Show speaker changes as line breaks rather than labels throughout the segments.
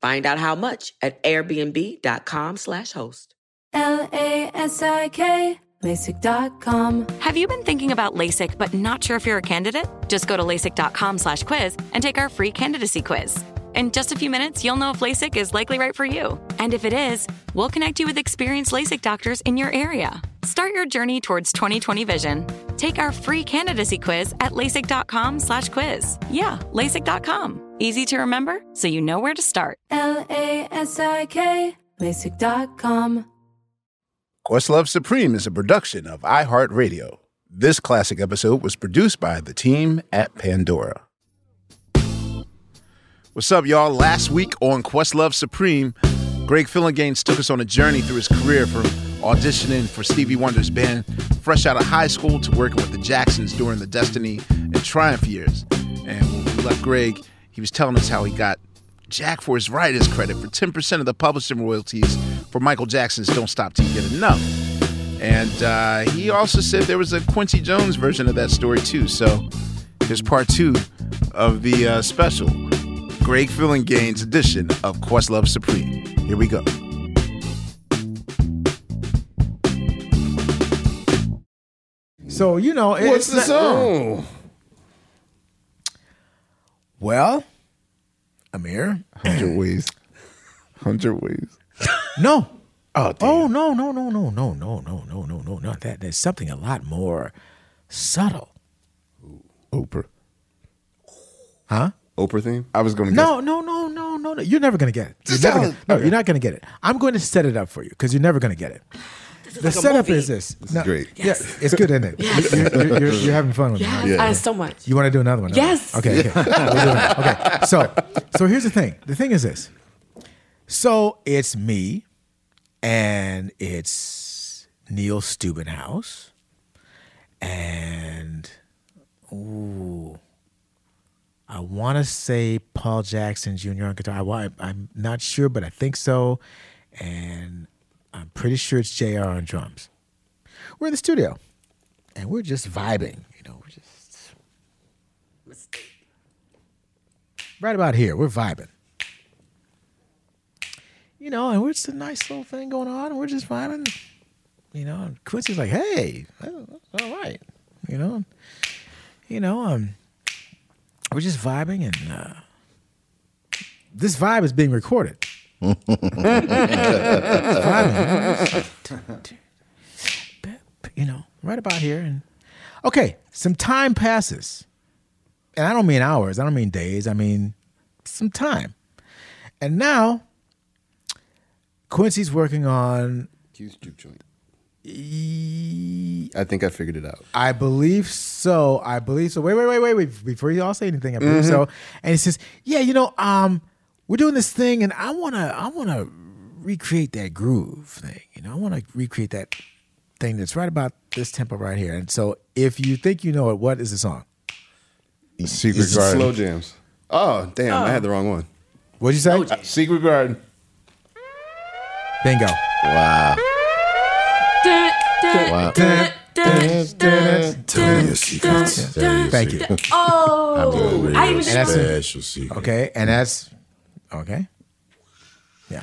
Find out how much at airbnb.com slash host.
L A S I K, LASIK.com.
Have you been thinking about LASIK but not sure if you're a candidate? Just go to LASIK.com slash quiz and take our free candidacy quiz. In just a few minutes, you'll know if LASIK is likely right for you. And if it is, we'll connect you with experienced LASIK doctors in your area. Start your journey towards 2020 vision. Take our free candidacy quiz at LASIK.com slash quiz. Yeah, LASIK.com. Easy to remember, so you know where to start.
L A S I K, LASIK.com.
Questlove Supreme is a production of iHeartRadio. This classic episode was produced by the team at Pandora. What's up, y'all? Last week on Questlove Supreme, Greg Fillinganes took us on a journey through his career from auditioning for Stevie Wonder's band, fresh out of high school, to working with the Jacksons during the Destiny and Triumph years. And when we left Greg, he was telling us how he got Jack for his writer's credit for 10% of the publishing royalties for Michael Jackson's Don't Stop Till You Get Enough. And uh, he also said there was a Quincy Jones version of that story too. So here's part two of the uh, special Greg Fillingane's edition of Questlove Supreme. Here we go.
So you know, it-
What's
it's
the
not-
song?
Well, Amir,
Hundred ways. Hundred ways.
no.
Oh, damn.
Oh no no no no no no no no no no not that. There's something a lot more subtle.
Oprah.
Huh?
Oprah theme. I was gonna
No, no, no, no, no, no. You're never gonna get it. You're
Just
never
tell
gonna,
us.
no,
Okay.
you're not gonna get it. I'm going to set it up for you because you're never gonna get it. the setup is this. This
is great.
Yeah, it's good, isn't it? You're, you're, you're, you're having fun with me. right?
Yeah.
Uh, so much.
You want to do another one?
Yes.
Okay. Okay. We're doing it. okay. So, so here's the thing. The thing is this. So it's me, and it's Neil Steubenhouse, and ooh, I want to say Paul Jackson Jr. on guitar. I, wa- I'm not sure, but I think so, and I'm pretty sure it's Jr. on drums. We're in the studio, and we're just vibing. You know, we're just right about here. We're vibing. You know, and it's a nice little thing going on, and we're just vibing. You know, and Quincy's like, "Hey, oh, all right," you know, you know, um, we're just vibing, and uh, this vibe is being recorded. It's vibing, you know, it's like, you know, right about here, and okay, some time passes and I don't mean hours, I don't mean days, I mean some time. And now Quincy's working on,
Q's juke joint.
e-
I think I figured it out.
I believe so. I believe so. Wait, wait, wait, wait, wait. Before you all say anything, I believe so. And he says, "Yeah, you know, um, we're doing this thing, and I wanna, I wanna recreate that groove thing. You know, I wanna recreate that thing that's right about this tempo right here. And so, if you think you know it, what is the song?
Secret Garden. Slow jams. Oh damn! I had the wrong one.
What'd you say?
Secret Garden.
Bingo.
Wow.
Thank you.
Oh, I even
that's-
special secret.
Okay, and that's okay. Yeah.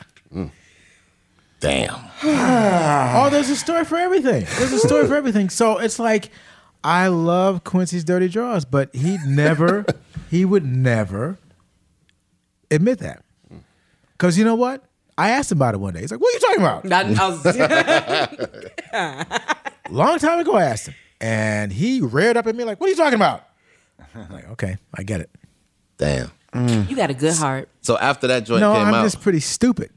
Damn.
Oh, there's a story for everything. There's a story for everything. So it's like, I love Quincy's dirty drawers, but he never, he would never admit that. Because you know what? I asked him about it one day. He's like, "What are you talking about?"
I, I was-
long time ago I asked him, and he reared up at me like, "What are you talking about?" I'm like, "Okay, I get it."
Damn.
Mm. you got a good heart.
So after that joint
No,
came
I'm
out,
just pretty stupid.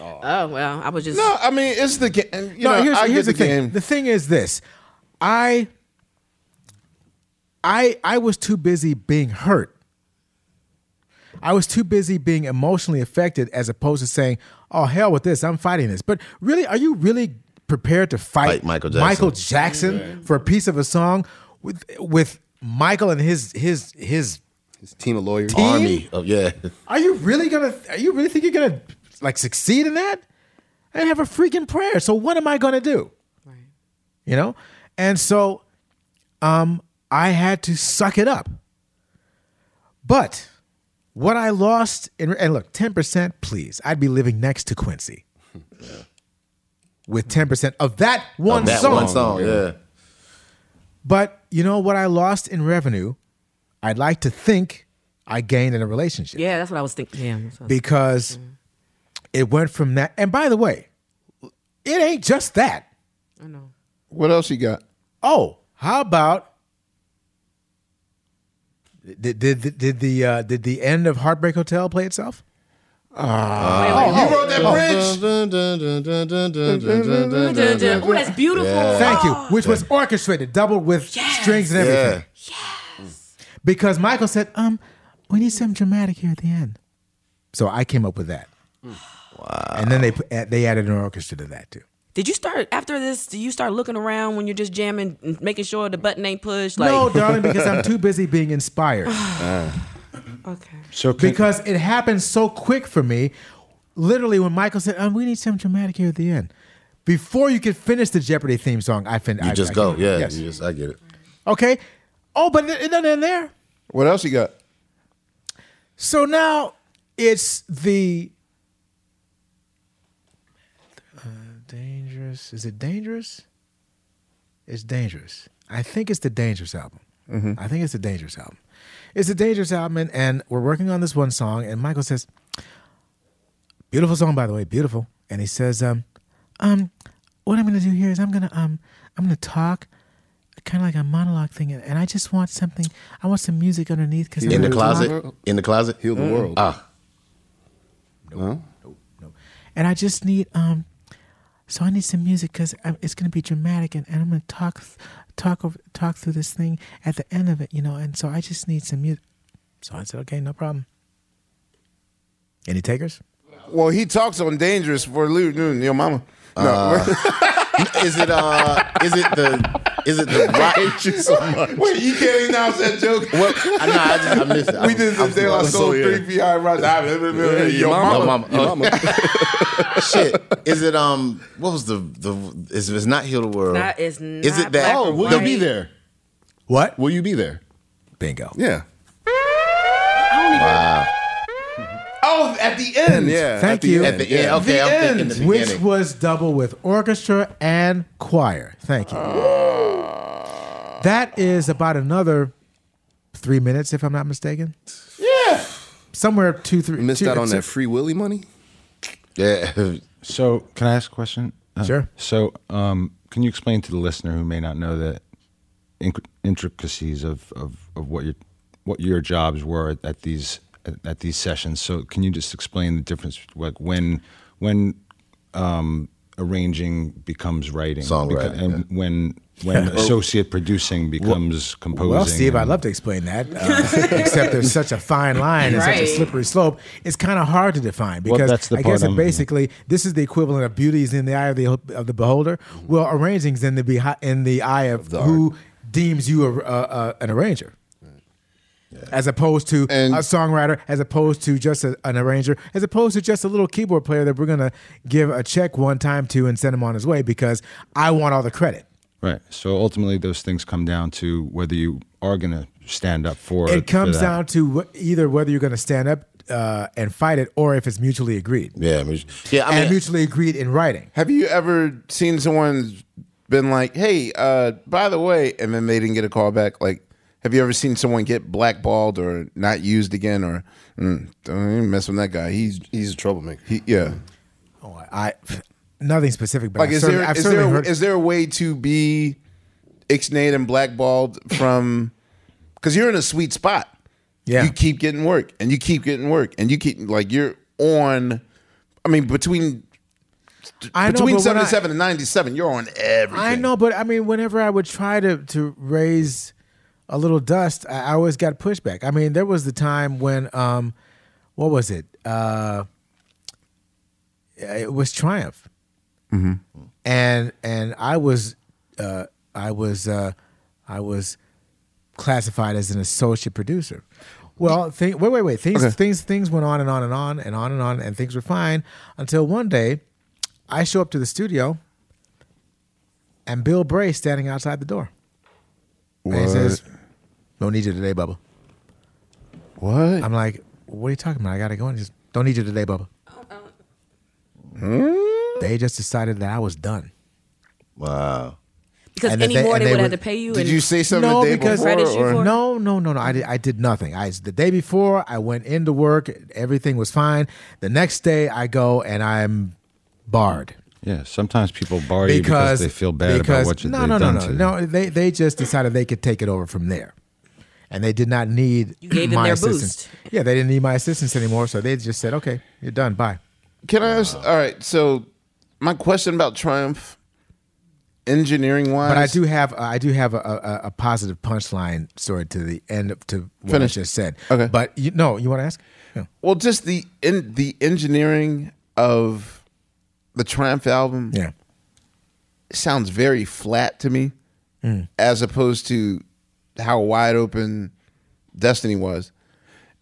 Oh well, I was just
No, I mean it's the game. You
no,
know,
here's,
I
here's the,
get the,
thing.
game.
The thing is this: I, I, I was too busy being hurt. I was too busy being emotionally affected, as opposed to saying, "Oh hell with this, I'm fighting this." But really, are you really prepared to fight,
Fight Michael Jackson.
Michael Jackson for a piece of a song with with Michael and his his his
His team of lawyers.
Army. Oh yeah.
Are you really gonna? Are you really think you're gonna like succeed in that? I didn't have a freaking prayer. So what am I gonna do? You know, and so, um, I had to suck it up. But what I lost, in, and look, ten percent, please. I'd be living next to Quincy with ten percent of that one
Of that
song.
one song. Yeah.
But you know what I lost in revenue? I'd like to think I gained in a relationship
yeah, that's what I was thinking. Yeah, that's Mm-hmm. what I was-
because it went from that. And by the way, it ain't just that.
I know.
What else you got?
Oh, how about did did did the uh, did the end of Heartbreak Hotel play itself?
Ah.
Oh,
you wrote that bridge.
Oh, that's beautiful.
Thank you, which was orchestrated, doubled with strings and everything.
Yeah.
Because Michael said, "Um, we need something dramatic here at the end," so I came up with that. Wow! And then they put- they added an orchestra to that too.
Did you start after this? Do you start looking around when you're just jamming, and making sure the button ain't pushed? Like,
no, darling, because I'm too busy being inspired.
Ah.
okay.
because it happened so quick for me. Literally, when Michael said, um, "We need something dramatic here at the end," before you could finish the Jeopardy theme song, I fin-
You
I,
just
I-
go. Yeah.
Yes.
You just. I get it.
Okay. Oh, but it it doesn't end there.
What else you got?
So now it's the uh, dangerous. Is it dangerous? It's dangerous. I think it's the dangerous album. I think it's the dangerous album. It's the dangerous album, and, and we're working on this one song. And Michael says, "Beautiful song, by the way, beautiful." And he says, "Um, um, what I'm gonna do here is I'm gonna um, I'm gonna talk." Kind of like a monologue thing, and- and I just want something. I want some music underneath because
In the closet. In the closet.
Heal
Mm.
the world.
Ah.
and I just need um. So I need some music because it's going to be dramatic, and, and I'm going to talk, th- talk over, talk through this thing at the end of it, you know. And so I just need some music. So I said, okay, no problem. Any takers?
Well, he talks on dangerous for Lou Newton, your mama. No,
Uh, Is it uh? Is it the? Is it the rock?
wait, you can't announce that joke.
Well, I know. I just I missed it.
we did the De La Soul three PI rise. I- Your
Your
mama.
mama. Uh, Shit. Is it um? What was the the? Is it's not heal the world?
That is
Is
not
it that?
black or
the-
Oh, will you be there?
What?
Will you be there?
Bingo.
Yeah. Wow. Oh, at the end. Yeah.
Thank
at the
you.
end.
Uh, At the end. Okay, I'm thinking the
Which
beginning.
was double with orchestra and choir. Thank you.
Uh.
that is about another three minutes, if I'm not mistaken. Yeah. Somewhere two, three.
Missed
two-
out on
two-
that free willy money.
yeah.
So, can I ask a question? Uh,
Sure.
So, um, can you explain to the listener who may not know the inc- intricacies of, of, of what your what your jobs were at, at these at, at these sessions? So, can you just explain the difference, like when when um, arranging becomes writing,
Songwriting,
beco- and when when associate producing becomes composing?
Well, Steve, I'd
and-
love to explain that, uh, except there's such a fine line and such a
Right.
slippery slope. It's kind of hard to define because
that's the
I guess
part
it
I'm-
basically this is the equivalent of beauty is in the eye of the of the beholder.
Mm-hmm.
Well, arranging's in the behi- in the eye of who deems you a, a, a, an arranger. As opposed to
And-
a songwriter, as opposed to just a, an arranger, as opposed to just a little keyboard player that we're gonna give a check one time to and send him on his way because I want all the credit.
Right. So ultimately, those things come down to whether you are going to stand up for
it comes
for that.
down to wh- either whether you're going to stand up uh, and fight it or if it's mutually agreed
Yeah. I mean, Yeah. I
and
mean,
mutually agreed in writing
Have you ever seen someone been like, "Hey, uh, by the way," and then they didn't get a call back? Like, have you ever seen someone get blackballed or "Hmm, not used again? Or mm, don't even mess with that guy. He's he's a troublemaker. He, yeah.
Oh, I nothing specific, but
Like,
I've
is
certainly,
there
I've
is
certainly
there
heard,
is there a way to be ixnayed and blackballed from? Because you're in a sweet spot.
Yeah.
you keep getting work, and you keep getting work, and you keep like you're on. I mean, between
I know,
between
but when I-
seventy seven and ninety seven, you're on everything.
I know, but I mean, whenever I would try to to raise a little dust, I, I always got pushback. I mean, there was the time when, um, what was it? Uh, it was Triumph, and and I was, uh, I was, uh, I was classified as an associate producer. Well, thi- wait, wait, wait. Things, things, things went on and on and on and on and on, and things were fine until one day, I show up to the studio and Bill Bray standing outside the door. And he says, Don't need you today, Bubba.
What?
I'm like, What are you talking about? I gotta go in. He says, Don't need you today, Bubba.
Hmm?
They just decided that I was done.
Wow.
Because
And that
any
they-
more
and
they,
they
would
would-
have to pay you.
Did
and
you say something the day before?
Credit you
or-
for-
no, no, no, no. I did, I did nothing. I the day before I went into work, everything was fine. The next day I go and I'm barred.
Yeah, sometimes people bar you
because
because they feel bad about
because-
what you,
no,
they've
no,
done
no,
to you.
no, no. They they just decided they could take it over from there, and they did not need you
gave them
my
their
assistance. Yeah, they didn't need my assistance anymore, so they just said, "Okay, you're done. Bye."
Can I ask? All right. So, my question about Triumph, engineering wise,
But I do have I do have a, a, a positive punchline story to the end of, to what
Finish.
I just said.
Okay.
but you no, you want to ask? No.
Well, just the in the engineering of the Triumph album
Yeah,
sounds very flat to me,
Mm.
as opposed to how wide open Destiny was.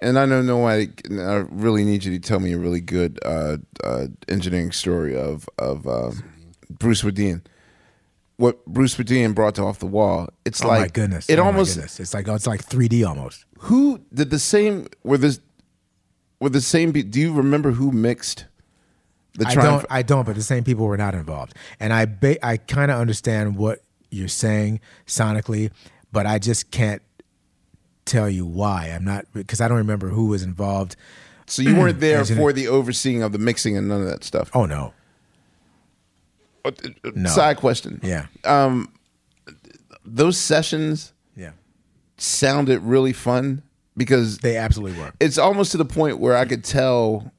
And I know nobody. I really need you to tell me a really good uh, uh, engineering story of of um, Bruce Woodin. What Bruce Woodin brought to Off the Wall. It's
oh
like
my goodness!
It
Oh my
almost
goodness. it's like it's like 3D almost.
who did the same were this were the same be- do you remember who mixed the
I
triumph
don't. I don't. But the same people were not involved, and I ba- I kind of understand what you're saying sonically, but I just can't tell you why. I'm not because I don't remember who was involved.
so you weren't there for the overseeing of the mixing and none of that stuff
Oh no,
Uh, uh,
no.
side question Um,
yeah,
those sessions
yeah,
sounded really fun because
they absolutely were.
it's almost to the point where i could tell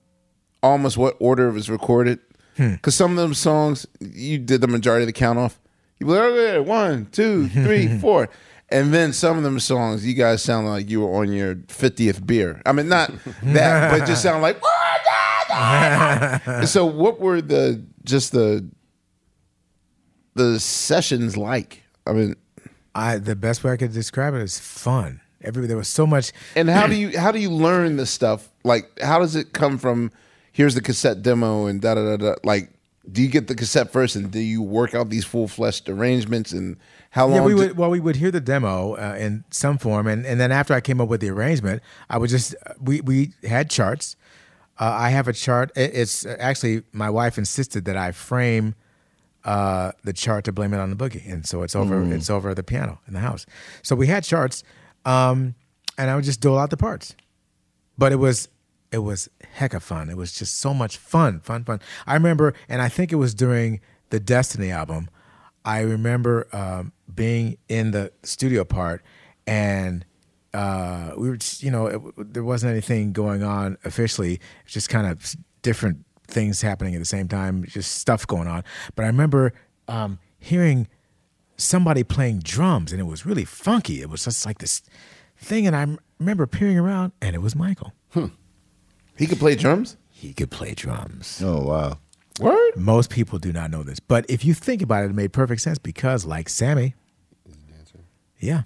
almost what order it was recorded
Hmm.
because some of them songs you did the majority of the count off you were like, "Okay, one two three four and then some of them songs you guys sound like you were on your 50th beer i mean not that but just sound like so what were the just the the sessions like i mean
I the best way I could describe it is fun. Every there was so much.
and how do you how do you learn this stuff like how does it come from here's the cassette demo and da da da da like do you get the cassette first and do you work out these full-fleshed arrangements and how long
Yeah, we
do-
would. Well, we would hear the demo uh, in some form, and, and then after I came up with the arrangement, I would just uh, we we had charts. Uh, I have a chart. It, it's uh, actually my wife insisted that I frame uh, the chart to blame it on the boogie, and so it's over.
Hmm.
It's over the piano in the house. So we had charts, um, and I would just dole out the parts but it was it was heck of fun. It was just so much fun, fun, fun. I remember, and I think it was during the Destiny album. I remember um, being in the studio part, and uh, we were, just, you know, it, there wasn't anything going on officially. It's just kind of different things happening at the same time, just stuff going on. But I remember um, hearing somebody playing drums and it was really funky. It was just like this thing. And I m- remember peering around and it was Michael.
Hmm. he could play drums
He could play drums.
Oh wow.
word
Most people do not know this, but if you think about it, it made perfect sense because, like Sammy, yeah,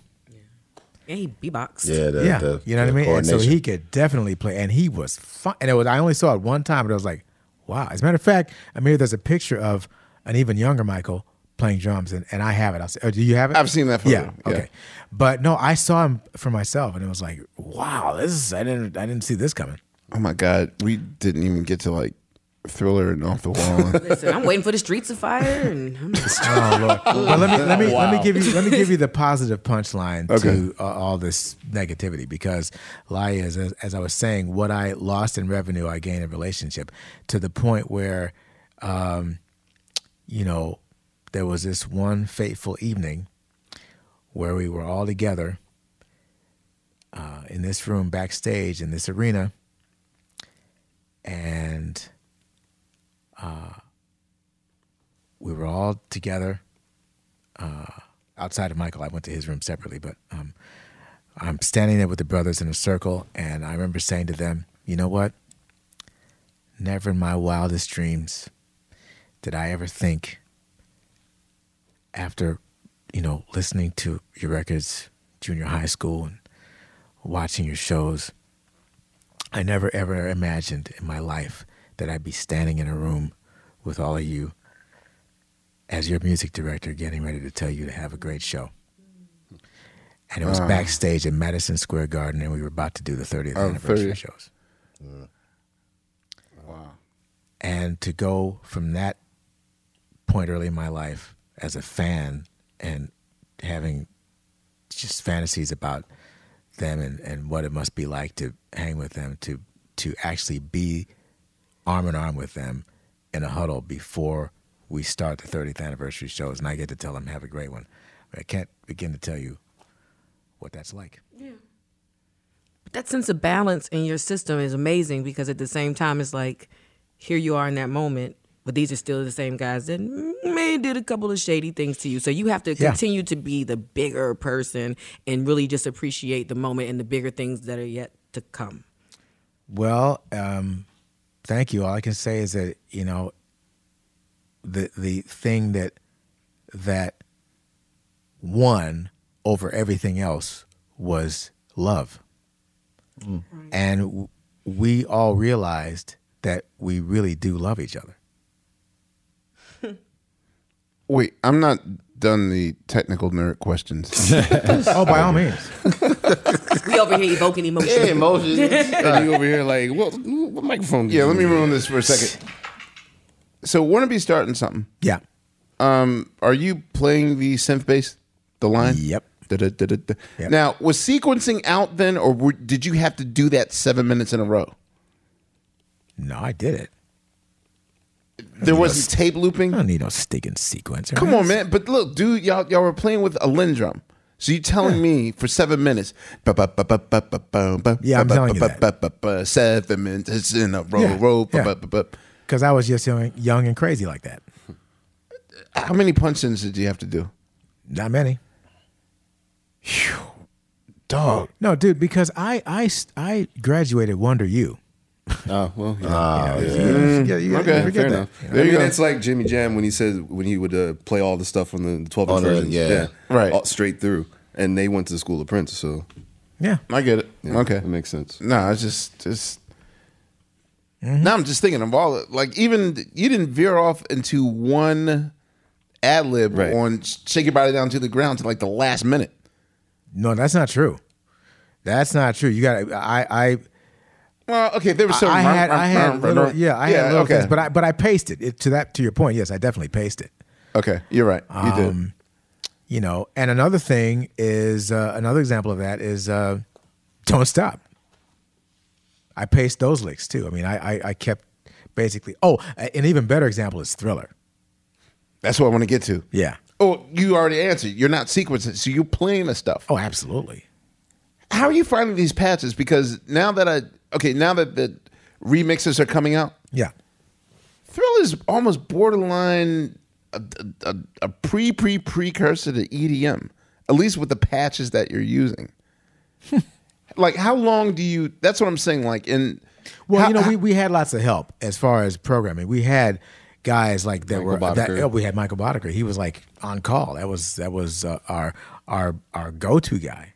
yeah, he beatbox.
Yeah. The,
yeah,
the-
you know what I
the
mean. And so
coordination.
he could definitely play, and he was fun. And it was I only saw it one time, but I was like, wow. As a matter of fact, Amir, there's a picture of an even younger Michael playing drums, and, and I have it. I'll say, oh, do you have it?
I've seen that photo,
Yeah,
yeah.
okay. But no, I saw him for myself, and it was like, wow, this is I didn't I didn't see this coming.
oh my god we didn't even get to like thriller and off the wall
Listen, I'm waiting for the streets of fire, and I'm
Oh Lord! But let me let me let me give you let me give you the positive punchline
Okay.
to uh, all this negativity because lie is as, as I was saying, what I lost in revenue, I gained in relationship to the point where um, you know, there was this one fateful evening where we were all together uh, in this room backstage in this arena, and uh, we were all together uh, outside of Michael. I went to his room separately, but um, I'm standing there with the brothers in a circle, and I remember saying to them, "You know what? Never in my wildest dreams did I ever think, after you know listening to your records, junior high school, and watching your shows, I never ever imagined in my life that I'd be standing in a room with all of you." As your music director, getting ready to tell you to have a great show and it was
Wow.
backstage at Madison Square Garden, and we were about to do the 30th
Oh,
anniversary
30th.
shows.
Mm.
Wow.
And to go from that point early in my life as a fan and having just fantasies about them and, and what it must be like to hang with them, to to actually be arm in arm with them in a huddle before we start the 30th anniversary shows, and I get to tell them have a great one. I can't begin to tell you what that's like.
that sense of balance in your system is amazing because at the same time it's like here you are in that moment but these are still the same guys that may did a couple of shady things to you so you have to
Yeah.
continue to be the bigger person and really just appreciate the moment and the bigger things that are yet to come
Well, um, thank you. All I can say is that you know the the thing that that won over everything else was love,
Mm.
and w- we all realized that we really do love each other.
Wait, I'm not done the technical nerd questions.
oh, by all means.
we over here evoking emotion
Yeah, emotions.
and you over here like,
what, what microphone?
yeah, let me ruin this for a second. So Warnabe's starting something.
Yeah.
Um, are you playing the synth bass, the line?
Yep.
Da-da-da-da-da.
Yep.
Now, was sequencing out then, or were, did you have to do that seven minutes in a row?
No, I did it.
There wasn't tape looping.
I don't need no stinking sequencer.
Come on, man. But look, dude, y'all y'all were playing with a Lin drum. So you telling me for seven minutes? Yeah,
Yeah,
I'm
I'm telling you
Seven minutes in a row,
Yeah,
row. bu-
yeah.
bu- bu- bu-
Because I was just young, young and crazy like that.
How many punch-ins did you have to do,
Not many.
dog?
No, dude, because I I I graduated Wonder U.
Oh well. Yeah.
Yeah, you
Okay,
forget
Fair
that.
enough.
There
I
you
mean,
go.
it's like Jimmy Jam when he says when he would uh, play all the stuff on the 12 inch
On the-
versions.
yeah.
Right.
all- straight through. And they went to the school of Prince, so
Yeah.
I get it.
yeah,
okay,
that makes sense.
No, it's just just.
Mm-hmm.
Now I'm just thinking of all like even you didn't veer off into one ad lib
Right.
on shake your body down to the ground to like the last minute.
No, that's not true. That's not true. You got to I I
Well, okay, there was some.
I had I had little yeah I had little
okay.
things, but I but I pasted it to that to your point. Yes, I definitely pasted.
okay, you're right. You did.
Um, You know, and another thing is uh, another example of that is uh, don't stop. I paced those licks too. I mean, I I, I kept basically. Oh, a- an even better example is Thriller.
That's what I want to get to.
Yeah.
Oh, you already answered. You're not sequencing, so you're playing the stuff.
Oh, absolutely.
How are you finding these patches? Because now that I okay, now that the remixes are coming out,
Yeah.
Thrill is almost borderline a, a, a pre pre precursor to EDM, at least with the patches that you're using. like, how long do you? That's what I'm saying. Like, in
Well,
how-
you know, we, we had lots of help as far as programming. We had guys like that were that,
Boddicker.
oh, we had Michael Boddicker. He was like on call. That was that was uh, our our our go to guy.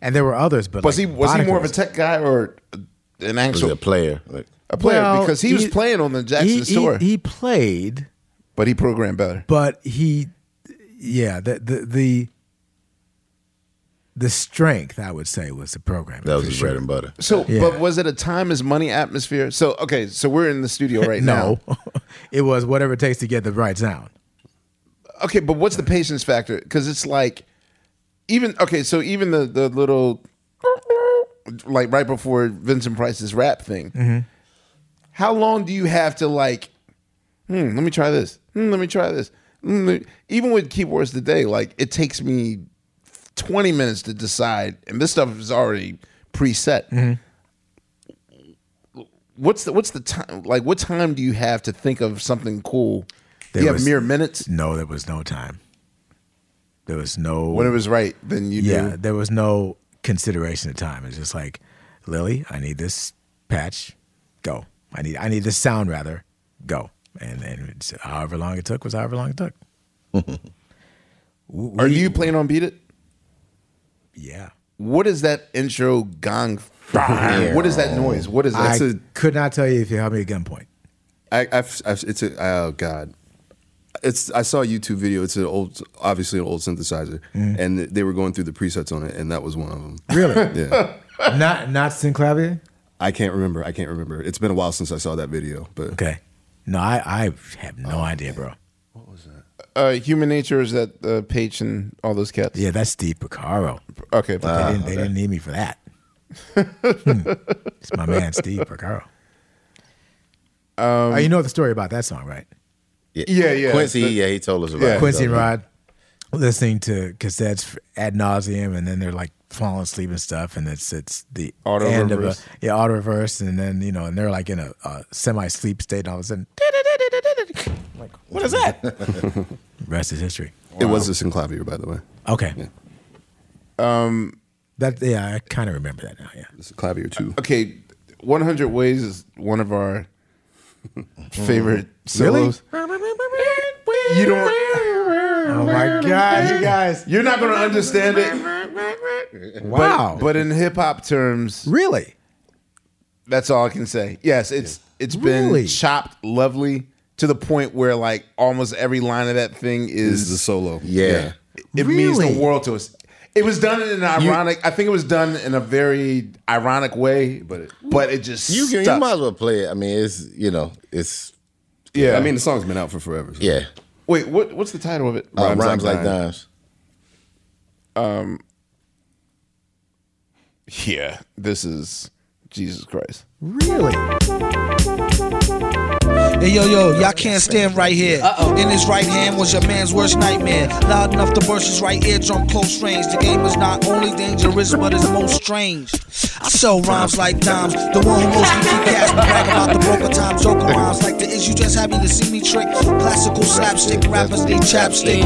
And there were others, but
was he
like,
was he
Boddicker
more of a
was-
tech guy or an
Was
actual
a player. Like,
a player?
Well,
because he, was playing on the Jackson
he- he-
store,
He, played,
but he programmed better.
but he, yeah, the the the, the strength I would say was the programming.
that was
for
his
sure.
bread and butter.
So,
Yeah.
but was it a time is money atmosphere? So, okay, so we're in the studio right now.
No, it was whatever it takes to get the right sound.
okay, but what's the patience factor? Because it's like, even okay, so even the the little like right
Mm-hmm.
before Vincent Price's rap thing, how long do you have to like Hmm, let me try this. Hmm, let me try this. Hmm, let- even with keyboards today, like it takes me 20 minutes to decide, and this stuff is already preset.
Mm-hmm.
What's the what's the time like? What time do you have to think of something cool?
There
you have
was-
mere minutes.
No, there was no time. There was no
When it was right, then you
yeah.
knew.
There was no consideration of time. It's just like, Lily, I need this patch. Go. I need I need this sound rather. Go. And and it's- however long it took was however long it took.
Are you playing on Beat It?
Yeah.
What is that intro gong? What is that noise? What is that?
I
That's a-
could not tell you if you held me at gunpoint.
I, I've, I've, it's a, oh god, it's. I saw a YouTube video. It's an old, obviously an old synthesizer,
Mhm.
and they were going through the presets on it, and that was one of them.
Really?
yeah.
Not not Synclavier?
I can't remember. I can't remember. It's been a while since I saw that video, but
okay. No, I, I have no idea, bro.
Oh, uh, Human Nature is that uh, Page and all those cats.
Yeah, that's Steve Picaro.
Okay,
But they, didn't, they didn't need me for that. Hmm. It's my man Steve Picaro.
Um,
oh, you know the story about that song, right?
Yeah, yeah.
Quincy,
The-
yeah, he told us about it.
Quincy and
So-
Rod listening to cassettes ad nauseum, and then they're like falling asleep and stuff, and it's it's the
Auto
end
reverse.
of a yeah auto reverse, and then you know, and they're like in a, a semi sleep state, and all of a sudden, like what is that? Rest is history.
It was a synclavier, by the way.
Okay. Um, that yeah, I kind of remember that now. Yeah,
it's a clavier too.
Uh, Okay, 100 Ways is one of our favorite solos. You don't. Oh
my God, you guys!
You're not going to understand it.
Wow.
But, but in hip hop terms,
really,
that's all I can say. Yes, it's it's been
Really?
chopped lovely to the point where like almost every line of that thing is,
Is the solo.
Yeah. It, it means
Really?
the world to us. It was done in an ironic. I think it was done in a very ironic way, but it, but it just
You can, you
stuck.
might as well play it. I mean, it's you know, it's
Yeah.
I mean, the song's been out for forever. so-
yeah.
Wait, what what's the title of it?
Uh, rhymes, like, dimes.
Um. Yeah, this is Jesus Christ.
Really?
Hey yo yo, y'all can't stand right here. In his right hand was your man's worst nightmare. Loud enough to burst his right eardrum close range. The game is not only dangerous, but it's most strange. I sell rhymes like dimes. The one who mostly keep cash but brag about the broken time joker rhymes like the is you just happy to see me trick. Classical slapstick rappers need chapstick.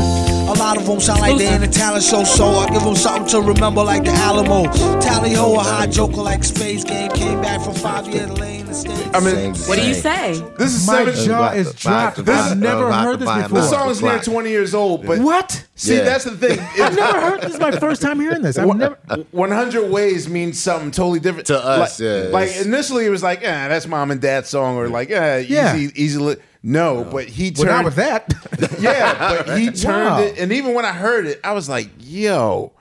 A lot of them sound like they in a talent show, so I give them something to remember like the Alamo. Tally ho, a high joker like Space Game came back from five year lane and stayed.
I mean,
What do you say?
This is
My
seven.
jaw is dropped. I've never heard this before.
The song's near twenty years old, but
What?
See,
Yeah.
that's the thing.
I've never heard. This is my first time hearing this. I've never.
One hundred ways means something totally different to
us,
Like,
yeah,
like
it's-
initially, it was like, "Ah, that's mom and dad's song," or like, "Ah,
Yeah.
easy, easy." Li-. No, but he
Well,
turned
not with that.
yeah, but he turned
Wow.
it, and even when I heard it, I was like, "Yo,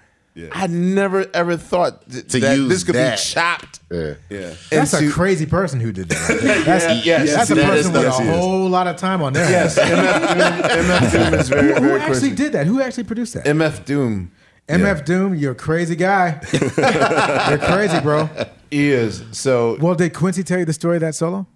I never ever thought th-
To
that
use
this could
that.
be chopped."
Yeah.
Yeah.
That's a
into-
crazy person who did that. That's,
Yes,
that's a
that
person
is the-
with a
yes, he is.
whole lot of time on their hands.
Yes, MF Doom, MF Doom is very,
Who, who
very
actually
crazy.
did that? Who actually produced that?
MF Doom
MF Doom, you're a crazy guy. you're crazy, bro.
he is so.
Well, did Quincy tell you the story of that solo?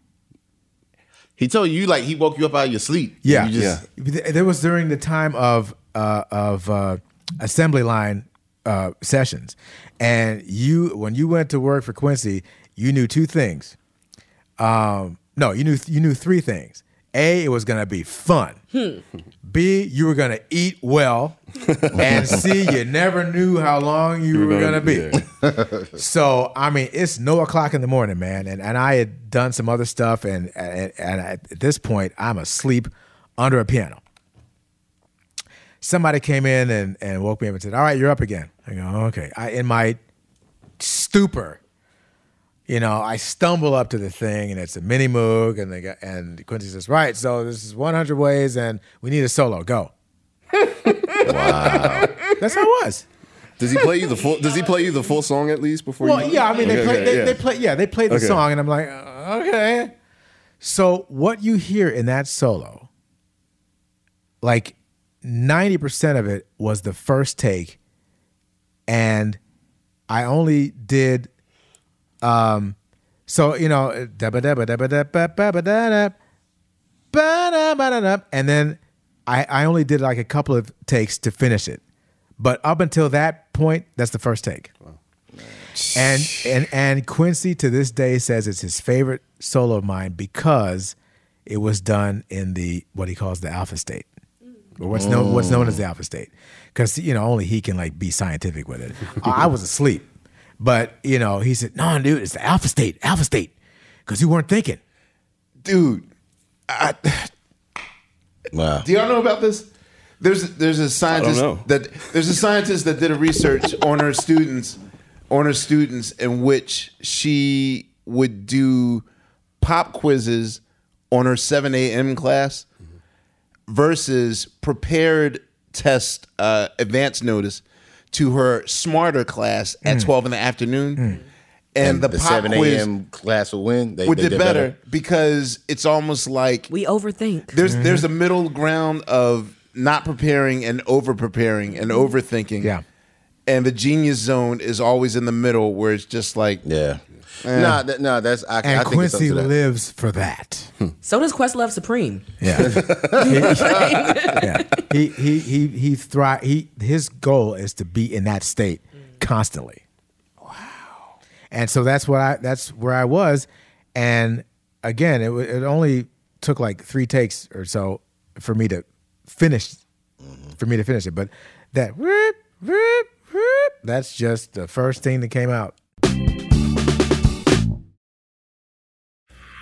He told you like he woke you up out of your sleep.
Yeah,
You just-
Th- There was during the time of uh, of uh, assembly line uh, sessions, and you when you went to work for Quincy, you knew two things. Um, no, you knew you knew three things. A, it was gonna be fun. B, you were gonna eat well, and C, you never knew how long you, were gonna, be. so I mean, it's no o'clock in the morning, man, and and I had done some other stuff, and and, and at this point, I'm asleep under a piano. Somebody came in and and woke me up and said, "All right, you're up again." I go, "Okay." I in my stupor, you know, I stumble up to the thing and it's a mini moog, and they got, and Quincy says, "Right, so this is 100 ways, and we need a solo. Go."
Wow.
That's how it was.
Does he play you the full? Does he play you the full song at least before?
Well,
you
Oh, yeah, I mean, they
Okay,
play,
okay,
they,
yeah.
they play, yeah, they played the
Okay.
song, and I'm like, uh, okay. So what you hear in that solo, like ninety percent of it was the first take, and I only did, um, so you know, dabba dabba dabba dabba dabba da da. ba-da, ba-da, da. and then I, I only did like a couple of takes to finish it. But up until that point, that's the first take. And and and Quincy to this day says it's his favorite solo of mine because it was done in the what he calls the alpha state. Or what's known what's known as the alpha state. Cause you know, only he can like be scientific with it. I I was asleep. But you know, he said, No, dude, it's the alpha state, alpha state. Cause you weren't thinking.
Dude,
Wow.
Do y'all know about this? There's there's a scientist
know.
that there's a scientist that did a research on her students on her students in which she would do pop quizzes on her 7 a.m. class versus prepared test uh, advance notice to her smarter class at
Hmm.
Mm.
12 in the afternoon. And, the,
the
pop
7
quiz
a.m. class will win. They,
we
they
did, better, because it's almost like
we overthink.
There's there's a middle ground of not preparing and over preparing and
Mm-hmm.
overthinking. Yeah. And the genius zone is always in the middle where it's just like eh.
Yeah.
Nah, that- nah, that's I,
and
I think it's up
Quincy
to that.
lives for that.
So does Questlove Supreme.
yeah. He he he he thrive. He his goal is to be in that state constantly. Wow. And so that's what I that's where I was, and again it wa- it only took like three takes or so for me to finish,
Mm-hmm.
for me to finish it. But that whoop, whoop, whoop, that's just the first thing that came out.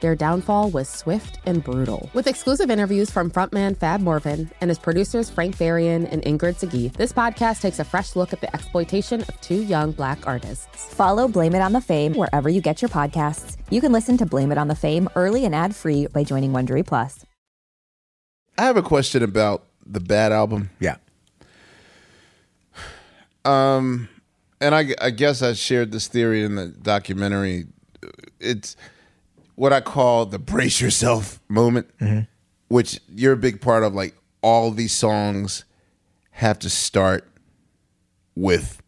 their downfall was swift and brutal. With exclusive interviews from frontman Fab Morvan and his producers Frank Farian and Ingrid Sagi, this podcast takes a fresh look at the exploitation of two young black artists.
Follow Blame It on the Fame wherever you get your podcasts. You can listen to Blame It on the Fame early and ad free by joining Wondery Plus.
I have a question about the Bad album.
Yeah.
Um, and I, I guess I shared this theory in the documentary. It's what I call the brace yourself moment, which you're a big part of. Like all these songs have to start with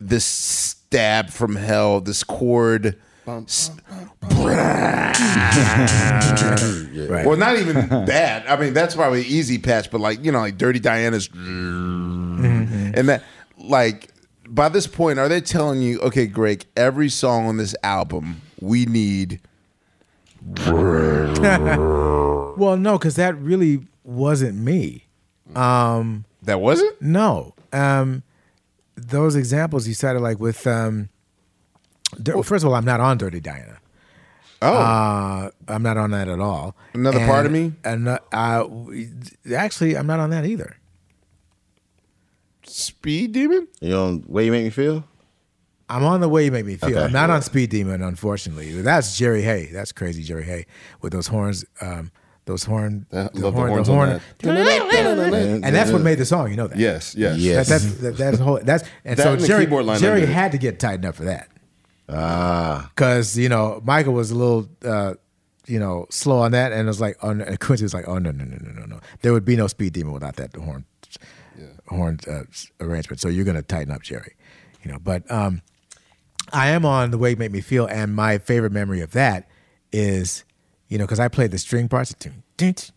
this stab from hell, this chord. s-
Right.
Well, not even that. I mean, that's probably an easy patch, but like you know, like Dirty Diana's,
Mm-hmm.
and that like by this point, are they telling you, okay, Greg, every song on this album we need? Oh.
well, no, because that really wasn't me. Um,
that wasn't
no. Um, those examples you cited, like with um, Dir- first of all, I'm not on Dirty Diana.
Oh,
uh, I'm not on that at all.
Another part of me?
and uh, I- actually, I'm not on that either.
Speed Demon.
You on way you make me feel?
I'm on the way you make me feel.
Okay.
I'm not on Speed Demon, unfortunately. That's Jerry Hay. That's crazy Jerry Hay with those horns. Um, those horn,
Uh, love the horns on that.
and that's what made the song. You know that.
Yes, yes.
That- that's that, that's the whole. That's and
That
so
and the
Jerry
keyboard line
Jerry
under it.
had to get tightened up for that. Ah, because you know Michael was a little, uh, you know, slow on that, and it was like, oh, no, and Quincy was like, oh no no no no no no, there would be no Speed Demon without that horn, horn uh, s- arrangement. So you're gonna tighten up, Jerry, you know. But um, I am on the way it made me feel, and my favorite memory of that is, you know, because I played the string parts. Right.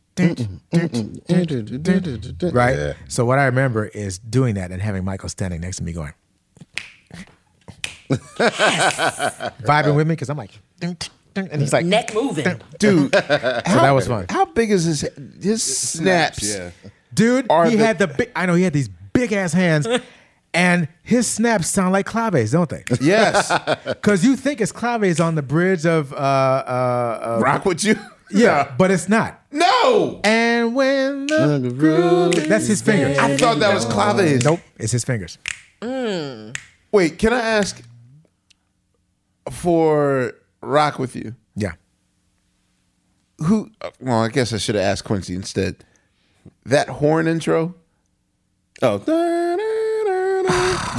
Yeah.
So what I remember is doing that and having Michael standing next to me going, vibing with me because I'm like, and he's like
neck moving.
dude. so that was fun.
How big is his his snaps?
Snaps, Dude,
Are
he
the-
had the big. I know he had these big ass hands, and his snaps sound like claves, don't they?
Yes.
because you think it's claves on the bridge of uh, uh, uh,
Rock with you.
Yeah, but it's not.
No.
And when the groove that's his fingers.
I thought that was claves.
Nope, it's his fingers.
Wait, can I ask for Rock with You?
Yeah.
Who? uh, Well, I guess I should have asked Quincy instead. That horn intro. Oh,
the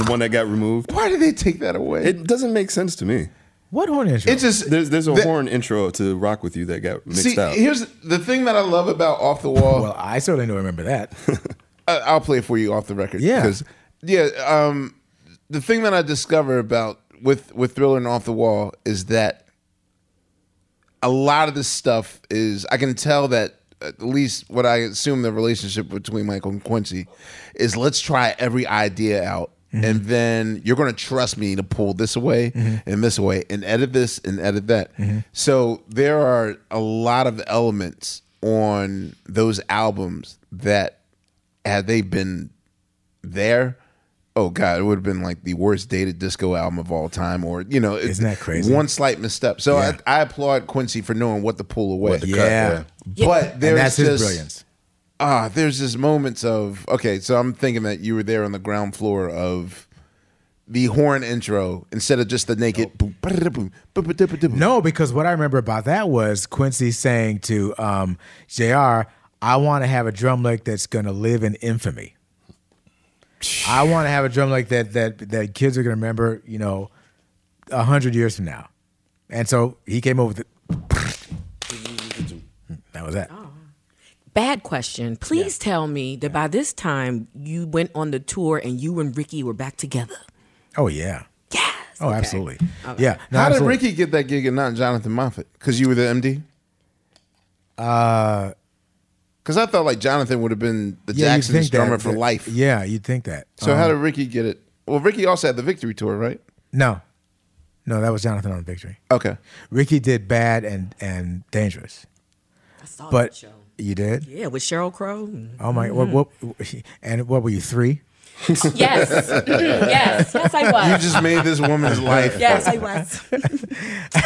one that got removed.
Why did they take that away?
It doesn't make sense to me.
What horn intro?
It's just
there's there's a
the-
horn intro to Rock with You that got mixed
See,
out.
here's the thing that I love about Off the Wall.
Well, I certainly don't remember that.
I- I'll play it for you off the record.
Yeah.
'Cause- yeah. Um, the thing that I discover about with with Thriller and Off the Wall is that a lot of this stuff is I can tell that at least what I assume the relationship between Michael and Quincy is let's try every idea out.
Mm-hmm.
And then you're going to trust me to pull this away
Mm-hmm.
and this away and edit this and edit that. So there are a lot of elements on those albums that had they been there, oh god, it would have been like the worst dated disco album of all time, or you know, it's
Isn't that crazy?
One slight misstep. So
Yeah.
I, I applaud Quincy for knowing what to pull away.
What to cut, Yeah. yeah.
but
And
there's
that's his
just,
brilliance.
Ah, there's just moments of okay. So I'm thinking that you were there on the ground floor of. The horn intro instead of just the naked boom, ba-da-da-boom, ba-ba-da-ba-da-boom.
No, because what I remember about that was Quincy saying to um, JR, I want to have a drum lick that's going to live in infamy. I want to have a drum lick that that that kids are going to remember, you know, a hundred years from now. And so he came over with it. That was that.
Bad question. Please tell me that by this time you went on the tour and you and Ricky were back together.
Oh yeah.
Yes.
Oh,
Okay.
absolutely.
Okay.
Yeah. No,
How
absolutely.
did Ricky get that gig and not Jonathan Moffat? Because you were the MD.
Uh,
Because I thought like Jonathan would have been the
yeah, you'd
Jackson's
think that-
drummer for
that-
life.
Yeah, you'd think that.
So
Um,
how did Ricky get it? Well, Ricky also had the victory tour, right?
No, no, that was Jonathan on Victory.
Okay,
Ricky did bad and and dangerous. I
saw
but
that show.
You did?
Yeah, with Cheryl Crow.
Oh my! What, what? And what were you three?
Yes. Yes. Yes, I was.
You just made this woman's life.
Yes, I was.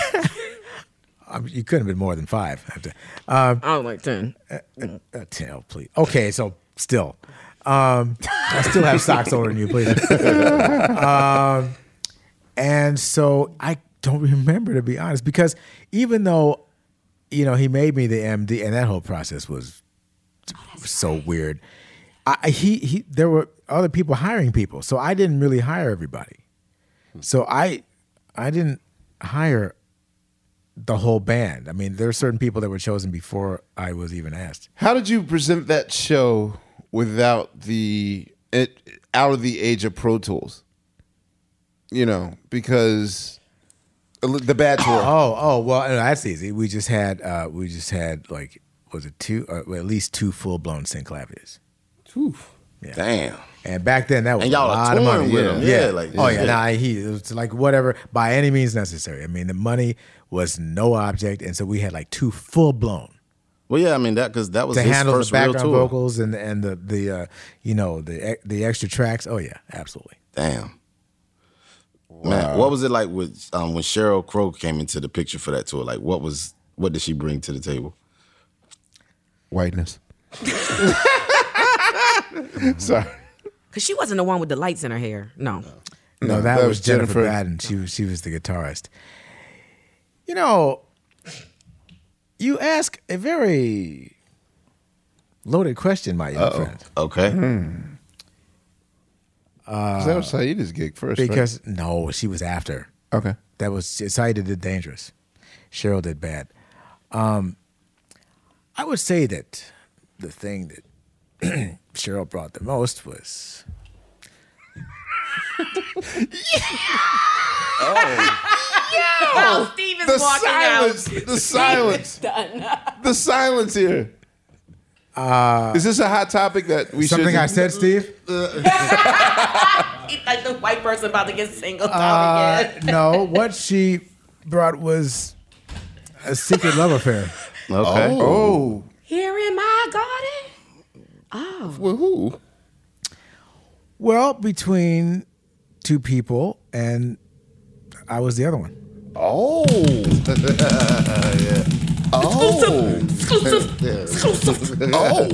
I mean, Um, you couldn't have been more than five. Um,
I was like ten.
Uh, uh, uh, ten, oh, please. Okay, so still, um, I still have socks older than you, please. um, and so I don't remember to be honest, because even though you know he made me the MD, and that whole process was so weird. I, he he. There were other people hiring people, so I didn't really hire everybody. So I I didn't hire the whole band. I mean, there are certain people that were chosen before I was even asked.
How did you present that show without the it out of the age of Pro Tools? You know, because uh, the bad tour.
Oh, oh, well, no, that's easy. We just had uh we just had like was it two uh, well, at least two full blown synclavias. Yeah.
Damn.
And back then that was
And y'all
a
are
lot of
touring
money.
with
yeah.
them.
yeah.
Yeah, like,
oh yeah,
yeah.
nah, he it was like whatever by any means necessary. I mean, the money was no object, and so we had like two full blown
Well, yeah, I mean that because that was
to
his
handle the
first real
background
tour.
vocals and and the the uh, you know the e- the extra tracks. Oh yeah, absolutely.
Damn. Man, what was it like with um, when Cheryl Crow came into the picture for that tour? Like, what was what did she bring to the table?
Whiteness.
Sorry. Cause she wasn't the one with the lights in her hair. No.
No, that, was, Jennifer, Baden. She was she was the guitarist. You know, Oh, you ask a very loaded question, my young
Uh-oh.
friend.
Okay.
Hmm.
Uh,
that was Saida's gig first, right?
Because no, she was after.
Okay.
That was Saida did dangerous. Cheryl did bad. Um, I would say that the thing that Cheryl brought the most was
Oh, Steve is
the
walking
silence,
out.
The silence. the silence here.
uh,
Is this a hot topic that we
something
should
I said, Steve.
He's like the white person about to get single
Uh, no, what she brought was a secret love affair.
Okay.
Oh.
Here in my garden. Oh.
Well, who?
Well, between two people, and I was the other one.
Oh. yeah.
Oh.
Exclusive. Exclusive. Oh.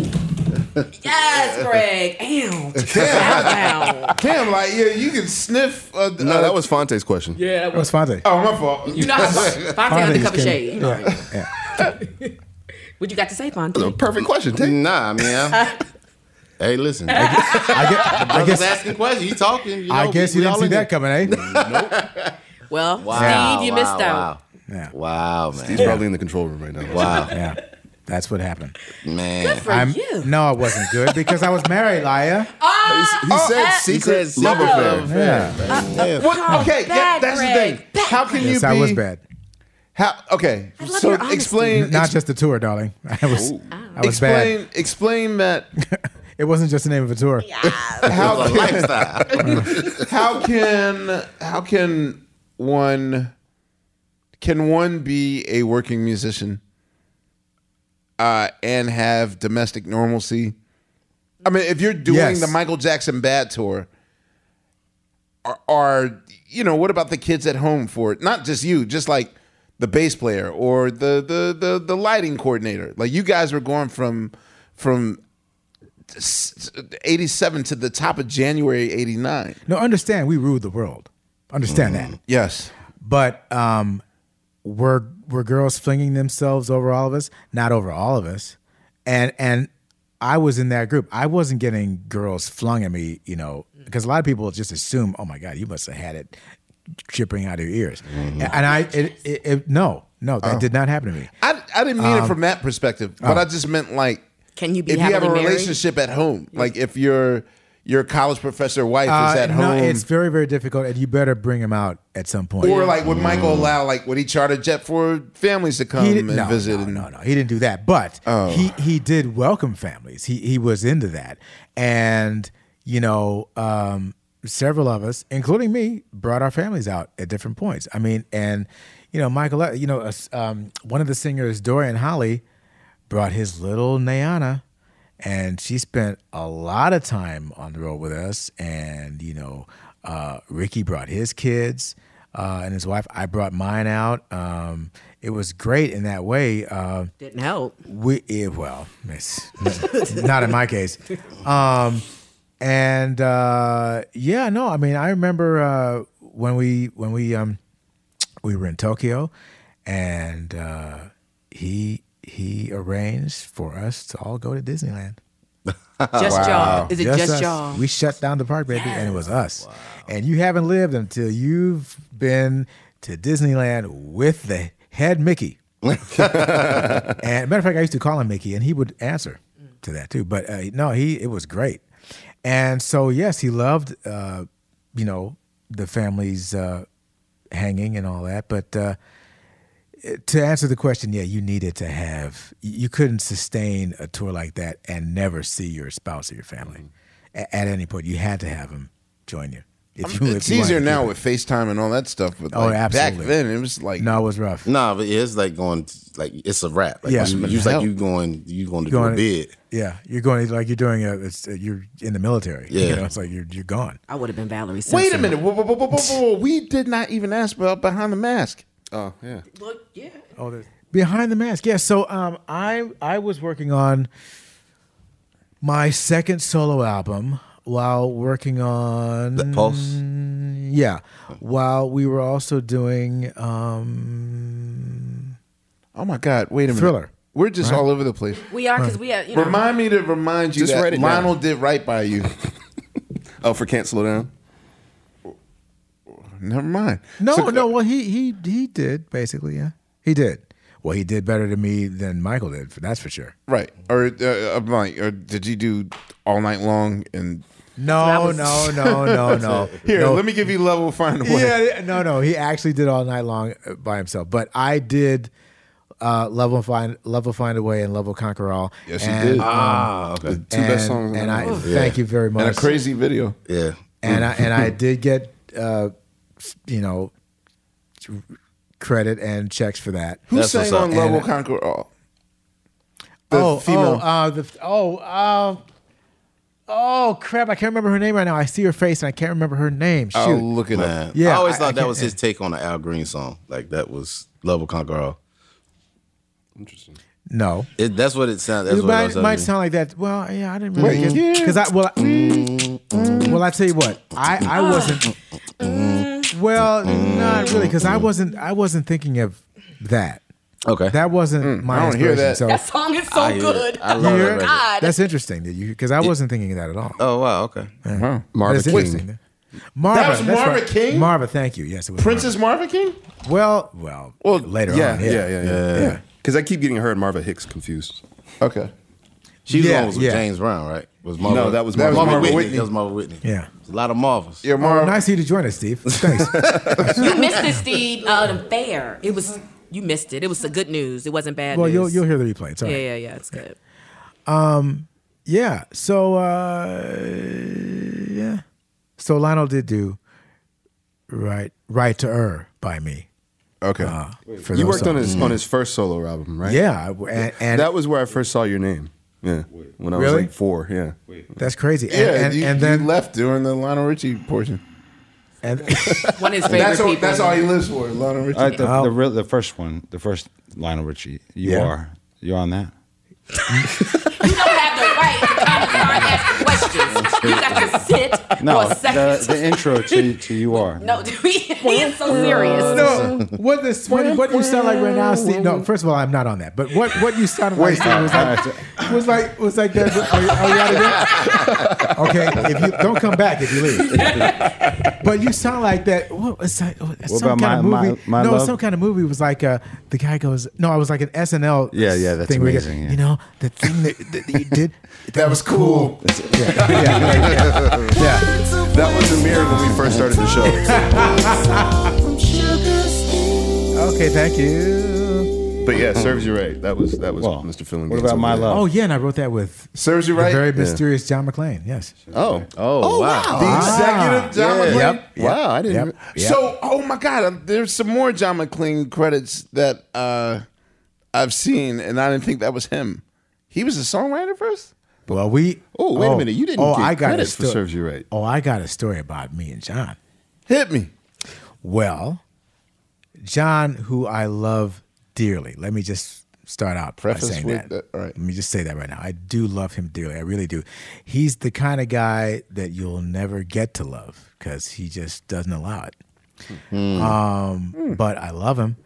Yes, Greg. Ew.
Damn. Damn, like, yeah, you can sniff. Uh,
No, that was Fonte's question.
Yeah, that
was Fonte.
Oh, my fault.
You know how Fonte undercover
just
shade.
came-
Yeah. What you got to say, Fonte?
perfect question.
Nah, I mean, I'm- hey, listen. I guess, the brother's
guess-
asking questions. He talking. You know,
I guess
we-
you
we
didn't
all
see
in
that coming, eh?
Well,
Wow,
Steve, you
wow,
missed out.
Wow. Wow, man.
Steve's probably in the control room right now.
Wow.
Yeah. That's what happened.
Man.
Good for
I'm,
you.
No, it wasn't good because I was married, liar.
Oh,
He said
uh,
secret love affair.
Yeah.
What? Okay, yeah,
bad,
that's the
Greg.
thing. How can you
Yes,
be?
I was bad.
How? Okay, so explain.
Not
ex-
just the tour, darling. I was, I was bad.
explain. Explain that.
It wasn't just the name of a tour.
How can, how can how can one can one be a working musician uh, and have domestic normalcy? I mean, if you're doing
Yes.
the Michael Jackson Bad Tour, are, are you know what about the kids at home for it? Not just you, just like the bass player or the the the the lighting coordinator. Like you guys were going from from 87 to the top of January 89.
No, understand, we ruled the world. Understand that.
Mm-hmm. Yes.
But um, were were girls flinging themselves over all of us? Not over all of us. And and I was in that group. I wasn't getting girls flung at me, you know, because a lot of people just assume, oh my God, you must have had it dripping out of your ears.
Mm-hmm.
And I, it, it, it, no, no, that did not happen to me.
Oh. I, I didn't mean it
Um,
from that perspective, but
oh.
I just meant like
Can you be
if you have a
happily married?
relationship at home, like if your your college professor wife is
Uh,
at
no,
home,
it's very, very difficult, and you better bring him out at some point. Mm.
or like would Michael allow like would he charter a jet for families to come
He
and
didn't- no,
visit?
no,
and, Oh.
no, no, he didn't do that. But he he did welcome families. He he was into that, and you know, um, several of us, including me, brought our families out at different points. I mean, and you know, Michael, uh, you know, uh, um, one of the singers, Dorian Holly, brought his little Nayana. And she spent a lot of time on the road with us. And, you know, uh, Ricky brought his kids uh, and his wife. I brought mine out. Um, it was great in that way. Uh,
Didn't help.
we yeah, well, it's not in my case. Um, and uh, yeah, no, I mean, I remember uh, when we when we um, we were in Tokyo, and uh, he he arranged for us to all go to Disneyland.
Just y'all. Is it just
us.
y'all?
We shut down the park, baby, and it was us. And you haven't lived until you've been to Disneyland with the head Mickey. and matter of fact, I used to call him Mickey, and he would answer to that too. But uh, no, he it was great. And so yes, he loved uh, you know the family's uh, hanging and all that, but. Uh, to answer the question, yeah, you needed to have. You couldn't sustain a tour like that and never see your spouse or your family A- at any point. You had to have them join you.
I'm-
you
it's easier now
with.
with FaceTime and all that stuff. But
Oh,
like,
absolutely.
Back then, it was like
no, it was rough.
Nah, but yeah, it's like going like it's a wrap. Like
Yeah.
you, you- it's like you going you going to
Going-
do a bid.
Yeah, you're going like you're doing a. It's, you're in the military.
Yeah.
you know, it's like you're you're gone.
I would have been Valerie. Simpson.
Wait a minute. Whoa, whoa, whoa, whoa, whoa, whoa. We did not even ask about behind the mask. Oh yeah.
Oh, there's behind the mask. Yeah. So um, I I was working on my second solo album while working on the
Pulse?
Yeah, while we were also doing. Um,
oh my God! Wait a minute.
Thriller.
We're just
Right?
all over the place.
We are because we are. You know,
Remind me to remind you
Just
that
write it down.
Lionel did right by you.
Oh, for can't slow down.
Never mind.
No, no. Well, he he he did basically. Yeah, he did. Well, he did better to me than Michael did. That's for sure.
Right. Or uh, I'm like, or did you do all night long and?
No, no, no, no, no.
Here,
No.
let me give you love. We'll find a way.
Yeah, no, no. He actually did all night long uh, by himself. But I did uh, Love Will Find Love Will Find a Way and Love Will Conquer All.
Yes, you
and,
did.
um,
Ah, okay. The two best
and-
songs on
And
the
I
album.
thank
Yeah.
you very
And
much.
a crazy video.
Yeah.
And I and I did get uh, you know credit and checks for that.
Who sang on Love
And- uh,
Will Conquer All?
oh,
female.
Oh, uh, the, oh, uh, oh, crap! I can't remember her name right now. I see her face and I can't remember her name. Shoot.
I'll look it
Man,
up.
Yeah,
I always
I-
thought
I
that
can't-
was his take on the Al Green song. Like that was Love Will Conquer All. Interesting.
No,
it, that's what it sounds. That's
it
what I
might,
was
might
telling
sound like that. Well, yeah, I didn't really
Wait.
get because I well, I, well, I tell you what, I I
Ah.
wasn't. Well, not really, because I wasn't I wasn't thinking of that.
Okay,
that wasn't my
Hmm, I don't hear
inspiration.
that.
So
That
song is
so I hear it. good. I love
You
that
hear it?
record.
That's interesting that you because I wasn't thinking of that at all.
Oh wow, okay.
Wow,
Uh-huh. Marva
that's
King.
interesting. Marva,
was
that's
Marva
right.
King?
Marva, thank you. Yes, it was
Princess Marva King?
Marva. Well, Oh, well,
Well,
later
yeah,
on.
Yeah, yeah, yeah,
yeah.
Because I keep getting her and Marva Hicks confused.
Okay.
She was
Yeah,
the one was with
yeah.
James Brown, right? Was
No, that was Marva-
Marvin
Marva
Whitney.
Whitney.
That was Marvin Whitney.
Yeah.
It's a lot of Marvels.
Yeah,
Oh, nice of you to join us, Steve. Thanks.
you missed it, Steve. Uh, the bear. It was. You missed it. It was the good news. It wasn't bad.
well,
news.
you'll you'll hear the replay. It's all
yeah, yeah,
right.
yeah. It's good.
Um, yeah. So, uh, yeah. So Lionel did do right, right to er by me.
Okay.
Uh, for
you
those
worked on his
songs.
on his first solo album, right?
Yeah, I w- and- and-
that was where I first saw your name. Yeah, when I was
Really?
like four. Yeah.
That's crazy. And,
yeah,
and,
you,
and
you
then
left during the Lionel Richie portion.
And
One of his favorite
that's all,
people.
that's all he lives for, Lionel Richie.
Uh, the, the, real, the first one, the first Lionel Richie, you
Yeah.
are. You're on that.
You don't have the right to come and start asking questions. You got to sit
No,
for a second.
the, the intro to, to You Are.
no, he is so serious.
No, what this what, what you sound like right now, Steve? No, first of all, I'm not on that. But what what you sounded like,
Wait.
Steve, was like was like was like that. Are, you- are we out of there? Okay, if you don't come back if you leave. But you sound like that. What was that?
What
some
about
kind
my-
of movie?
my- my
no,
love?
some kind of movie was like uh, the guy goes. No, I was like an SNL.
Yeah, yeah, that's
thing where he goes,
amazing.
You know the thing that, that you did. That, was cool.
Yeah. That was the mirror when we first started the show.
okay, thank you.
But yeah, serves you right. That was that was
Well,
Mr. Feeling.
what
Gates
about
over
my
there.
love?
Oh yeah, and I wrote that with
Serves you
the
right?
Very
Yeah.
mysterious John McClane. Yes.
Oh, oh,
wow. The executive John
Yeah.
McClane.
Yep. Wow, I didn't.
Yep.
So, oh my God, um, there's some more John McClane credits that uh, I've seen, and I didn't think that was him. He was a songwriter first.
Well, we.
Oh, wait a minute, you didn't get
a
credit for
sto-
Serves You Right.
Oh, I got a story about me and John.
Hit me.
Well, John, who I love dearly, let me just start out
Preface
by saying
with
that.
that- all right.
Let me just say that right now. I do love him dearly. I really do. He's the kind of guy that you'll never get to love because he just doesn't allow it.
Hmm.
Um, But I love him.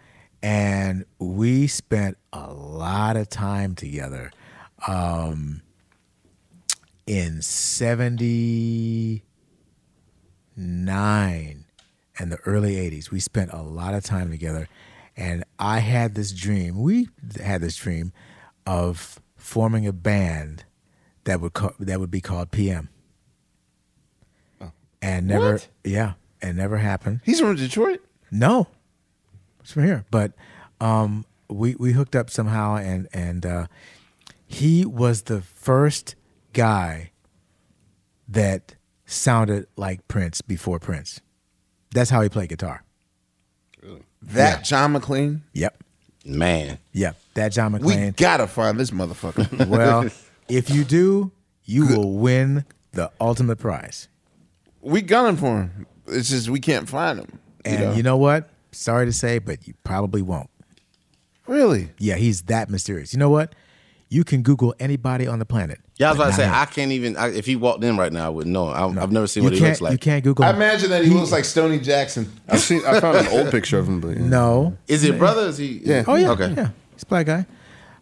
And we spent a lot of time together. Um, in 79 and the early 80s. We spent a lot of time together. And I had this dream, we had this dream of forming a band that would, co- that would be called PM. And never,
Oh. What?
yeah, and never happened.
He's from Detroit?
No, it's from here. But um, we we hooked up somehow, and and uh, he was the first guy that sounded like Prince before Prince. That's how he played guitar.
That John McClane?
Yep.
Man.
Yep. That John
We
McClane.
gotta find this motherfucker.
well, if you do, you will win the ultimate prize.
we gunning for him. It's just we can't find him.
And you know, what? Sorry to say, but you probably won't.
Really?
Yeah, he's that mysterious. You know what? You can Google anybody on the planet.
Yeah, I was
but
about
not
to say
him.
I can't even. I, if he walked in right now, I wouldn't know. I, I've never seen
You
what he
can't-
looks like.
you can't Google
I
him.
imagine that he, looks like Stoney Jackson.
I've seen. I found an old picture of him, but yeah.
No.
Is it brother? Is he?
Yeah.
Oh yeah.
Okay.
Yeah. He's a black guy.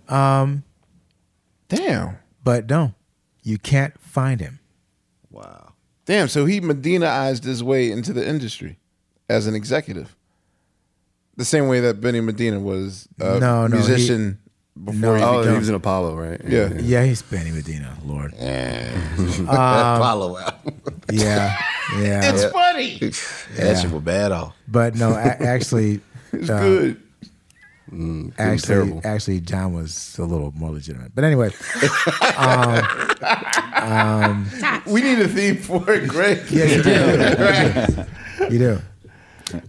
Um
Damn.
But no. You can't find him.
Wow.
Damn. So he Medinaized his way into the industry as an executive, the same way that Benny Medina was a
No, no, he-
musician
no,
before.
he
he,
became-
became-
he was an
Apollo, right?
Yeah.
Yeah, he's Benny Medina, Lord. Um,
Apollo
Yeah. Yeah.
It's
funny.
That
Yeah.
shit was bad off.
But no, a- actually
It's
uh,
good.
Mm,
Actually, actually, John was a little more legitimate. But anyway, um, um,
we need a theme for it, Greg.
yeah, you do. you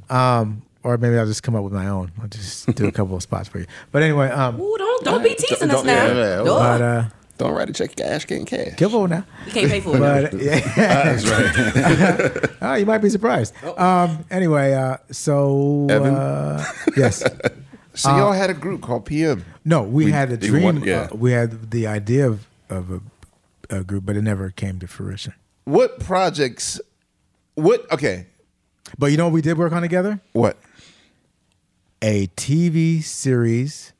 do. Um, or maybe I'll just come up with my own. I'll just do a couple of spots for you. But anyway, um,
Ooh, don't don't
Uh,
be teasing us
Don't-
now.
yeah, yeah,
No.
but uh,
Don't write a check, cash, getting cash.
give over now.
You can't pay for it.
But yeah,
That's right. Oh.
oh, you might be surprised. Um, anyway, uh, so
Evan?
uh, yes.
So
Uh,
y'all had a group called PM.
No, we, had a
they
dream.
want- yeah.
uh, we had the idea of, of a, a group, but it never came to fruition.
what projects? What? Okay.
But you know what we did work on together?
What?
A TV series.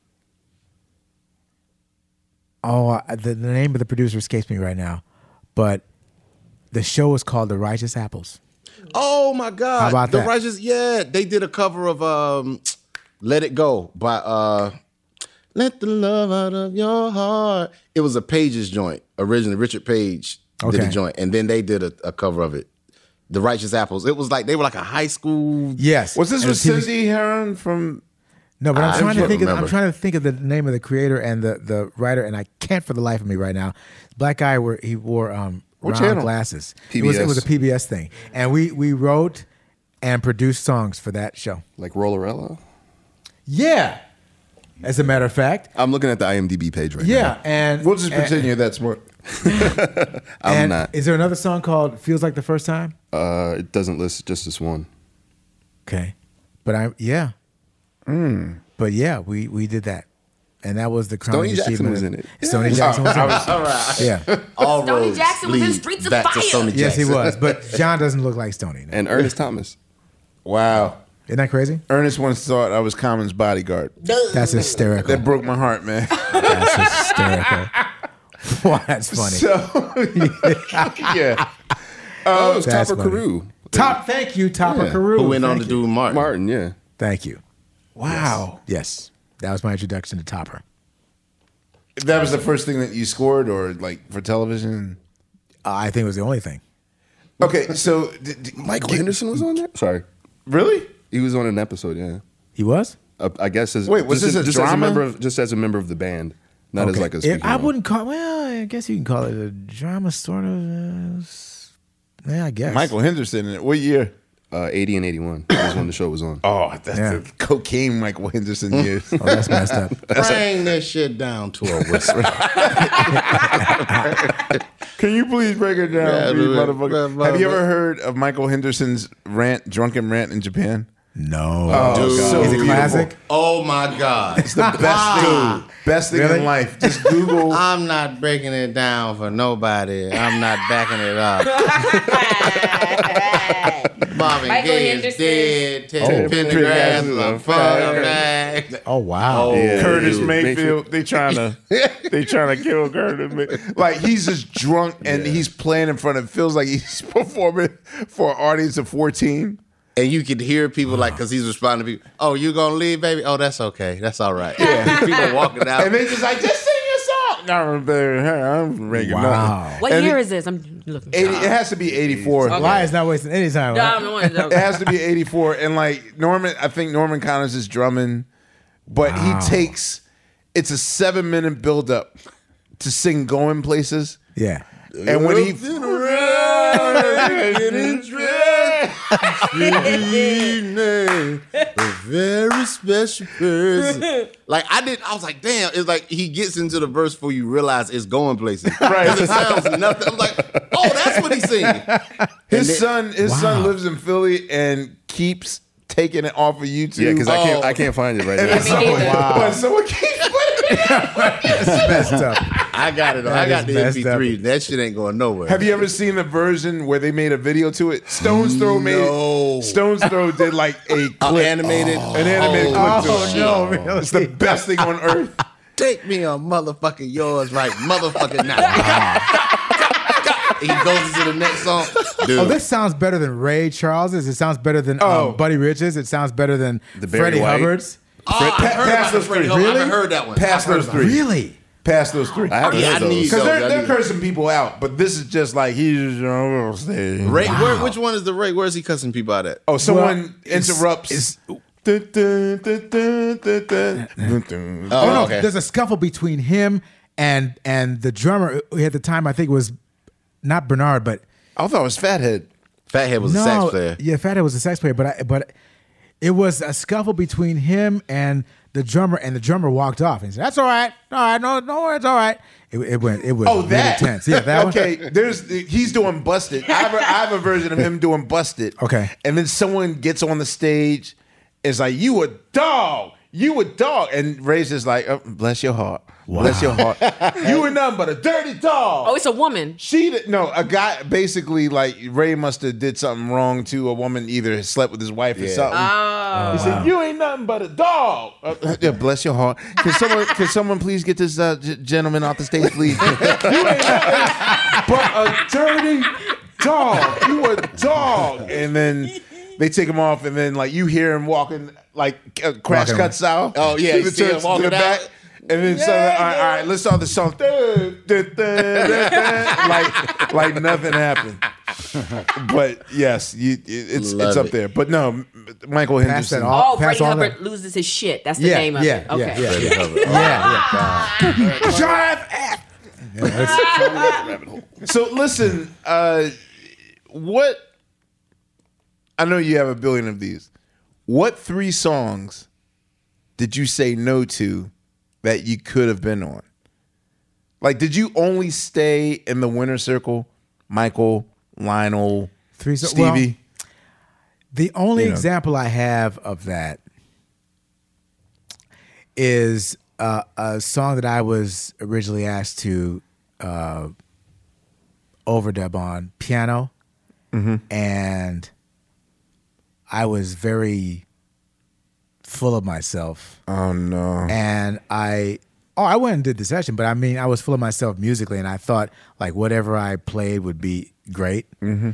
Oh, I, the, the name of the producer escapes me right now, but the show was called The Righteous Apples.
Oh my God!
How about
the
that?
Righteous? Yeah, they did a cover of um, "Let It Go" by uh, "Let the Love Out of Your Heart." It was a Page's joint originally. Richard Page did
Okay.
a joint, and then they did a, a cover of it. The Righteous Apples. It was like they were like a high school.
Yes.
Was this
And
with
TV
Cindy Heron from?
No, but I'm
I
trying to
can't
think. Of, I'm
remember.
trying to think of the name of the creator and the, the writer, and I can't for the life of me right now. Black guy, where he wore um
What
round
channel?
glasses. It was it was a PBS thing, and we we wrote and produced songs for that show.
Like Rollerella.
Yeah, as a matter of fact.
I'm looking at the IMDb page right
Yeah, and
We'll just
and-
pretend
you're that smart.
I'm
and
not.
Is there another song called "Feels Like the First Time"?
now. Uh, it doesn't list just this one.
Okay, but I yeah,
Hmm.
but yeah, we we did that, and that was the crowning
Stoney Jackson
achievement
was
of-
in it.
Stoney
Yeah.
Jackson was in
I
it.
was- all right.
Yeah,
All
Stoney
roads
Jackson was in
lead
Streets of
back
Fire.
To Sony
yes, he
Jackson.
was, but John doesn't look like Stoney.
And Ernest Thomas.
Wow.
Isn't that crazy?
Ernest once thought I was Common's bodyguard.
That's hysterical.
That broke my heart, man.
That's hysterical. Why, that's funny.
yeah.
Oh, it Uh, was
That's
Topper
funny.
Carew.
Top, thank you, Topper
Yeah.
Carew.
Who went on
Thank
to
you.
do Martin?
Martin, yeah.
Thank you.
Wow.
Yes, that was my introduction to Topper.
That was the first thing that you scored, or like for television.
Uh, I think it was the only thing.
Okay, so d- d-
Michael
get-
Henderson was on there. Sorry,
Really?
he was on an episode. Yeah,
He was.
Uh, I guess as
Wait, was
just
this
as-
a
just as a
drama?
member of just as a member of the band, not as
Okay.
like a.
If-
Speaking
I
role.
wouldn't call. Well, I guess you can call it a drama, sort of. uh, s- yeah, I guess.
Michael Henderson. in it. What year?
Uh, Eighty and eighty-one is when the show was on.
Oh, that's
Yeah.
the cocaine Michael Henderson years.
Oh, that's messed up.
Bring this shit down to a whisper.
Can you please break it down,
Yeah,
you
blah, blah,
motherfucker?
blah, blah,
Have you ever
blah.
heard of Michael Henderson's rant, drunken rant in Japan?
No.
Oh, so
Is it
beautiful.
classic?
oh my God!
It's the best thing, best thing
Really?
in life. Just Google.
I'm not breaking it down for nobody. I'm not backing it up. Bob and
Michael
Gay is
Henderson.
dead. Teddy
Oh.
Pendergrass is a
Pendergrass.
fucker.
Oh wow,
Curtis Mayfield. They trying to they trying to kill Curtis. Mayfield. Like he's just drunk and he's playing in front of. Feels like he's performing for an audience of fourteen.
And you could hear people like, because he's responding to people, oh, you going to leave, baby? Oh, that's okay. That's all right. people walking out.
And they just like, just sing your song. No, baby, I'm regular.
Wow.
What
And
year
it-
is this? I'm looking.
Eighty- it has to be 84.
Okay. Lions not wasting any time. right?
it has to be 84. And like Norman, I think Norman Connors is drumming, but
Wow.
he takes it's a seven minute build up to sing going places.
Yeah.
And when he
a very special person. Like I did, I was like, damn. It's like he gets into the verse before you realize it's going places. Right? It sounds nothing. I'm like, oh, that's what he's singing.
his son his son
Wow.
lives in Philly and keeps taking it off of YouTube.
Yeah, because I can't
Oh.
I can't find it right
And
now.
it's so- But someone keeps putting it
messed up.
I got it. I
That
got
is
the
messed
MP3. That shit ain't going nowhere.
Have you ever seen the version where they made a video to it? Stones Throw made Stones Throw did like a clip,
animated-
an animated
Oh,
clip to it.
no,
it's the best thing on earth.
Take me on motherfucking yours right motherfucking now. he goes into the next song. Dude.
Oh, this sounds better than Ray Charles's. It sounds better than um, Buddy Rich's. It sounds better than
Oh. Barry
Freddie
White.
Hubbard's.
Oh, I heard about the Freddie Hubbard. I haven't heard that one.
Past
I've heard
those
about
three.
it.
Really?
Past those three.
I haven't Yeah, heard I those. need
Because
those.
they're,
I
they're
need-
cursing people out, but this is just like he's just you know, we'll stay.
Ray, where, which one is the Ray? Where is he cussing people out at?
Oh, someone interrupts. Oh, Dun, dun, dun, dun, dun, dun.
Oh, no,
okay.
there's a scuffle between him and and the drummer who at the time I think was not Bernard, but
I thought it was Fathead.
Fathead was a sax player.
Yeah, Fathead was a sax player, but I, but it was a scuffle between him and the drummer, and the drummer walked off and said, "That's all right, all right, no, no, worries, it's all right." It, it went, it was
Oh,
really
that.
tense. Yeah, that
okay,
one.
there's he's doing busted. I have, a, I have a version of him doing busted.
Okay.
and then someone gets on the stage, is like, "You a dog." You a dog, and Ray's just like, oh, bless your heart, bless your heart. you were nothing but a dirty dog.
Oh, it's a woman.
She did, no, a guy basically like Ray must have did something wrong to a woman, either slept with his wife or
Yeah.
something.
Oh.
he said, "You ain't nothing but a dog." Uh, yeah, bless your heart. Can someone, can someone please get this uh, g- gentleman off the stage, please? you ain't nothing but a dirty dog. You a dog. And then they take him off, and then like you hear him walking, like uh, crash
Walking.
cuts out.
Oh, yeah,
To
you
the
see him
church, to
walking
the
out.
back. And then so, all right, all right, let's start the song. Dun, dun, dun, dun, dun. like, like nothing happened. But yes, you, it- it's
Love
it's up
it.
there. But no, M- Michael
Pass
Henderson.
that off.
Oh,
Pass
Freddie
all that.
Hubbard loses his shit. That's the
Yeah,
name of
yeah,
it.
yeah,
Okay.
yeah. Freddie Hubbard. So listen, uh, what I know you have a billion of these. What three songs did you say no to that you could have been on? Like, did you only stay in the winner circle? Michael, Lionel,
Three so-
Stevie.
The only
You know.
example I have of that is uh, a song that I was originally asked to uh, overdub on piano,
Mm-hmm.
and I was very full of myself.
Oh no!
And I, oh, I went and did the session, but I mean, I was full of myself musically, and I thought like whatever I played would be great,
Mm-hmm.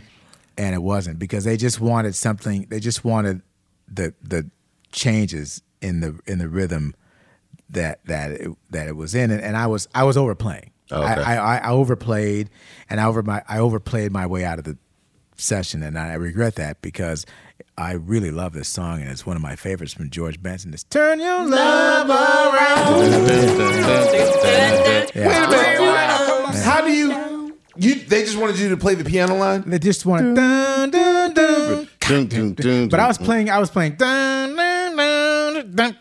and it wasn't because they just wanted something. They just wanted the the changes in the in the rhythm that that it, that it was in, and, and I was I was overplaying.
Okay.
I, I I overplayed, and I over my I overplayed my way out of the session, and I regret that because I really love this song, and it's one of my favorites from George Benson. It's Turn Your Love Around.
Wait a
Yeah.
minute. How do you? You? They just wanted you to play the piano line.
They just wanted. Dun, dun, dun. But I
mm.
was playing. I was playing. Dun, dun, dun, dun,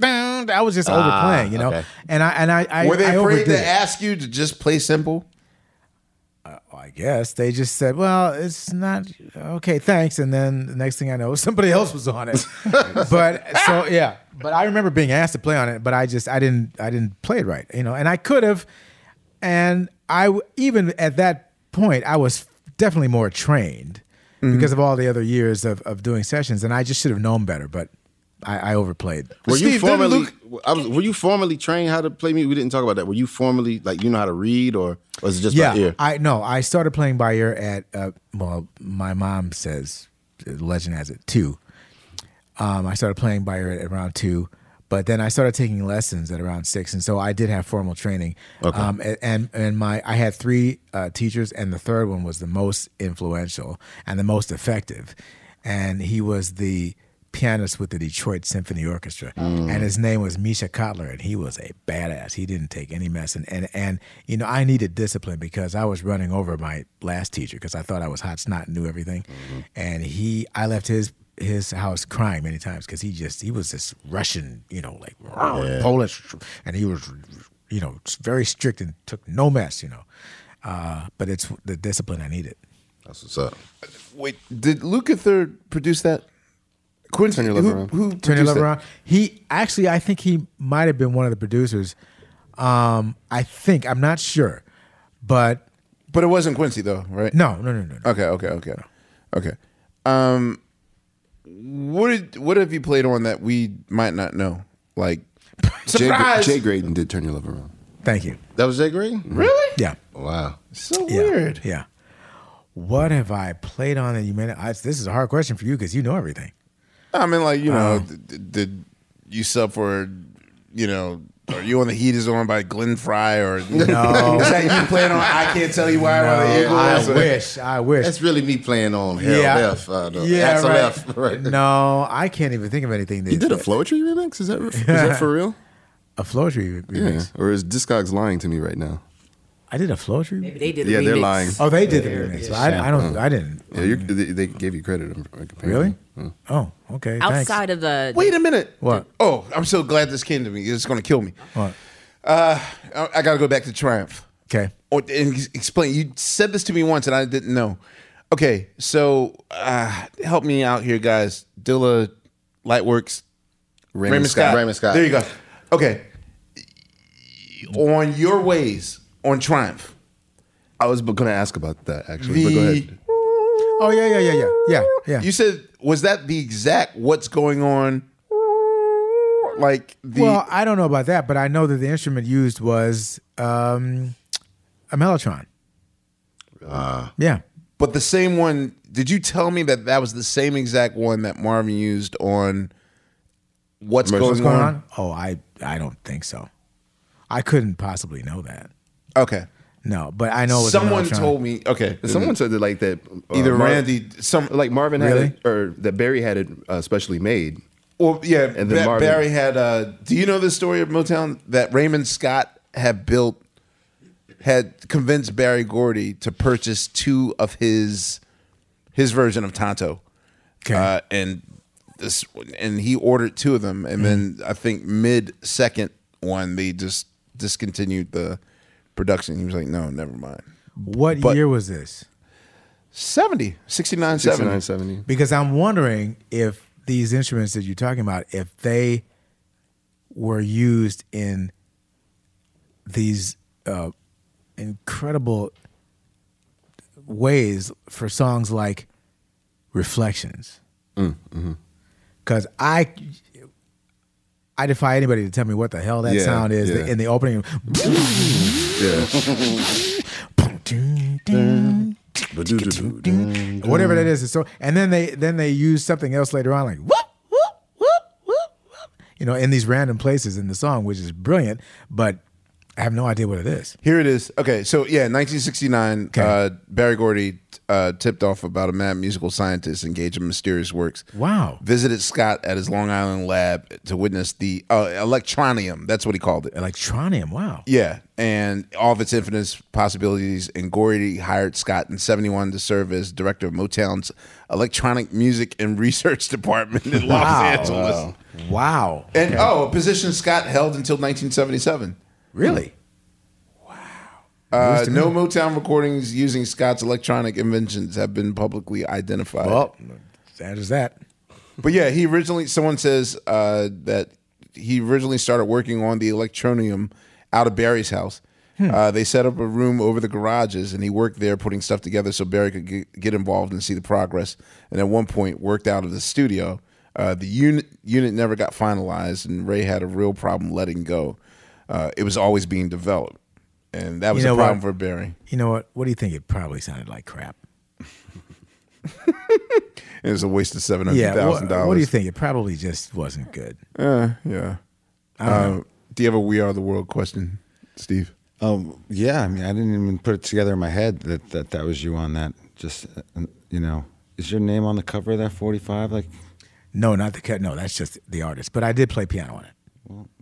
dun. I was just
Ah,
overplaying, you know.
okay.
And I and I, I
Were they
I
afraid
overdid
to
it.
ask you to just play simple?
I guess they just said, "Well, it's not okay, thanks." And then the next thing I know, somebody else was on it. but so yeah, but I remember being asked to play on it, but I just I didn't I didn't play it right, you know. And I could have, and I w- even at that point I was definitely more trained
Mhm.
Mm-hmm.
because of all the other years of, of doing sessions, and I just should have known better, but I, I overplayed.
Were you formerly? I was, were you formerly trained how to play music? We didn't talk about that. Were you formerly like you know how to read, or was it just
yeah,
by ear?
I no, I started playing by ear at uh, well, my mom says the legend has it two. Um, I started playing by ear at around two, but then I started taking lessons at around six, and so I did have formal training.
Okay.
Um, a- and and my I had three uh, teachers, and the third one was the most influential and the most effective, and he was the pianist with the Detroit Symphony Orchestra,
Mm.
and his name was Misha Kotler, and he was a badass. He didn't take any mess, and and, and you know I needed discipline because I was running over my last teacher because I thought I was hot snot and knew everything,
Mm-hmm.
and he I left his his house crying many times because he just he was this Russian you know like "Rawr,"
Yeah.
Polish, and he was you know very strict and took no mess you know, uh, but it's the discipline I needed.
That's what's up.
Wait, did Luca Third produce that? Quincy, Turn your love
who,
around.
Who
Turn
Turn
your
Your
love around.
around? He actually, I think he might have been one of the producers. Um, I think I'm not sure, but
but it wasn't Quincy though, right?
No, no, no, no.
Okay, okay, okay, okay. Um, what did, what have you played on that we might not know? Like
Jay,
Surprise!
Jay Graydon did turn your love around.
Thank you.
That was Jay Graydon.
Really?
Yeah.
Wow.
So
weird. Yeah. What have I played on that you may? not- I, this is a hard question for you because you know everything.
I mean, like you know,
Um,
d- d- did you sub for, you know, are you on the heat is on by Glenn Fry or
No.
is that you playing on? I can't tell you why. while the
No, I
Eagles?
wish. I wish.
That's really me playing on Harold F. Uh, the
yeah,
Axel
right.
F. Right.
No, I can't even think of anything. That
He did a Floetry remix. Is that is that for real?
A Floetry remix.
Yeah. Or is Discogs lying to me right now?
I did a Floetry. Maybe
they
yeah, they're lying.
Oh, they did the remix. I, I don't.
Oh.
I didn't.
Yeah, you're, they, they gave you credit. apparently.
Really?
Yeah.
Oh, okay. thanks.
Outside of the
Wait a minute.
What?
Oh, I'm so glad this came to me. It's going to kill me.
What?
Uh, I, I got to go back to Triumph.
Okay.
Or and ex- explain. You said this to me once, and I didn't know. Okay, so uh, help me out here, guys. Dilla, Lightworks,
Raymond Scott. Raymond Scott.
There you go. Okay. On your ways on Triumph.
I was going to ask about that actually. but
The-
go ahead.
Oh yeah, yeah, yeah, yeah, yeah, yeah.
You said was that the exact what's going on? Like the
well, I don't know about that, but I know that the instrument used was um, a mellotron.
Uh,
yeah.
But the same one, did you tell me that that was the same exact one that Marvin used on What's, going,
What's
on?
Oh, I I don't think so. I couldn't possibly know that.
Okay.
No, but I know it was a
Someone
mellotron.
told me. Okay.
Someone said that like that. uh,
Either
Mar-
Randy- some
like Marvin had
Really?
it, or that Barry had it uh, specially made.
Well, yeah.
And then
Ba-
Marvin-
Barry had. Uh, do you know the story of Motown that Raymond Scott had built, had convinced Barry Gordy to purchase two of his, his version of Tonto, uh, and this and he ordered two of them,
Mm-hmm.
and then I think mid second one they just discontinued the production. He was like, no, never mind.
What
But-
year was this?
70, 69, 70.
69, 70.
Because I'm wondering if these instruments that you're talking about, if they were used in these uh, incredible ways for songs like Reflections.
Mm.
Mm-hmm.
Because I, I defy anybody to tell me what the hell that
Yeah,
sound is
yeah.
in the opening. whatever that is. it's So and then they then they use something else later on, like whoop whoop whoop whoop whoop, you know, in these random places in the song, which is brilliant. But I have no idea what it is.
Here it is. Okay, so yeah, 1969, uh, Barry Gordy uh, tipped off about a mad musical scientist engaged in mysterious works.
Wow.
Visited Scott at his Long Island lab to witness the uh, electronium. That's what he called it.
Electronium. Wow.
Yeah, and all of its infinite possibilities. And Gordy hired Scott in 71 to serve as director of Motown's electronic music and research department in Los
Wow.
Angeles.
Wow. Wow.
And oh, a position Scott held until 1977.
Really?
Uh,
News to
no
me.
Motown recordings using Scott's electronic inventions have been publicly identified.
Well, that is that.
But yeah, he originally, someone says uh, that he originally started working on the electronium out of Barry's house.
Hmm.
Uh, they set up a room over the garages, and he worked there putting stuff together so Barry could get, get involved and see the progress. And at one point, worked out of the studio. Uh, the unit unit never got finalized, and Ray had a real problem letting go. Uh, it was always being developed, and that was
You know
a problem
what?
for Barry.
You know what? What do you think? It probably sounded like crap.
It was a waste of seven hundred thousand
what,
dollars.
what do you think? It probably just wasn't good.
Uh, yeah.
I don't
Uh, do you have a "We Are the World" question, Steve?
Um, yeah, I mean, I didn't even put it together in my head that that, that was you on that. Just uh, you know, is your name on the cover of that forty five? Like,
no, not the cut. No, that's just the artist. But I did play piano on it.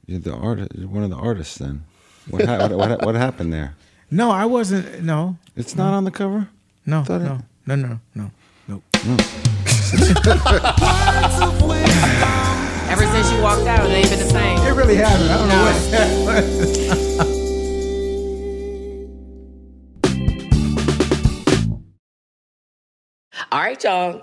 you're the artist, you're one of the artists. Then, what, ha- what, what, what happened there?
No, I wasn't. No,
it's not on the cover.
No,
Thought it-
no, no, no, no, nope.
Hmm.
Ever since you walked out, it ain't been the same. It
really hasn't. I don't know
All right, y'all.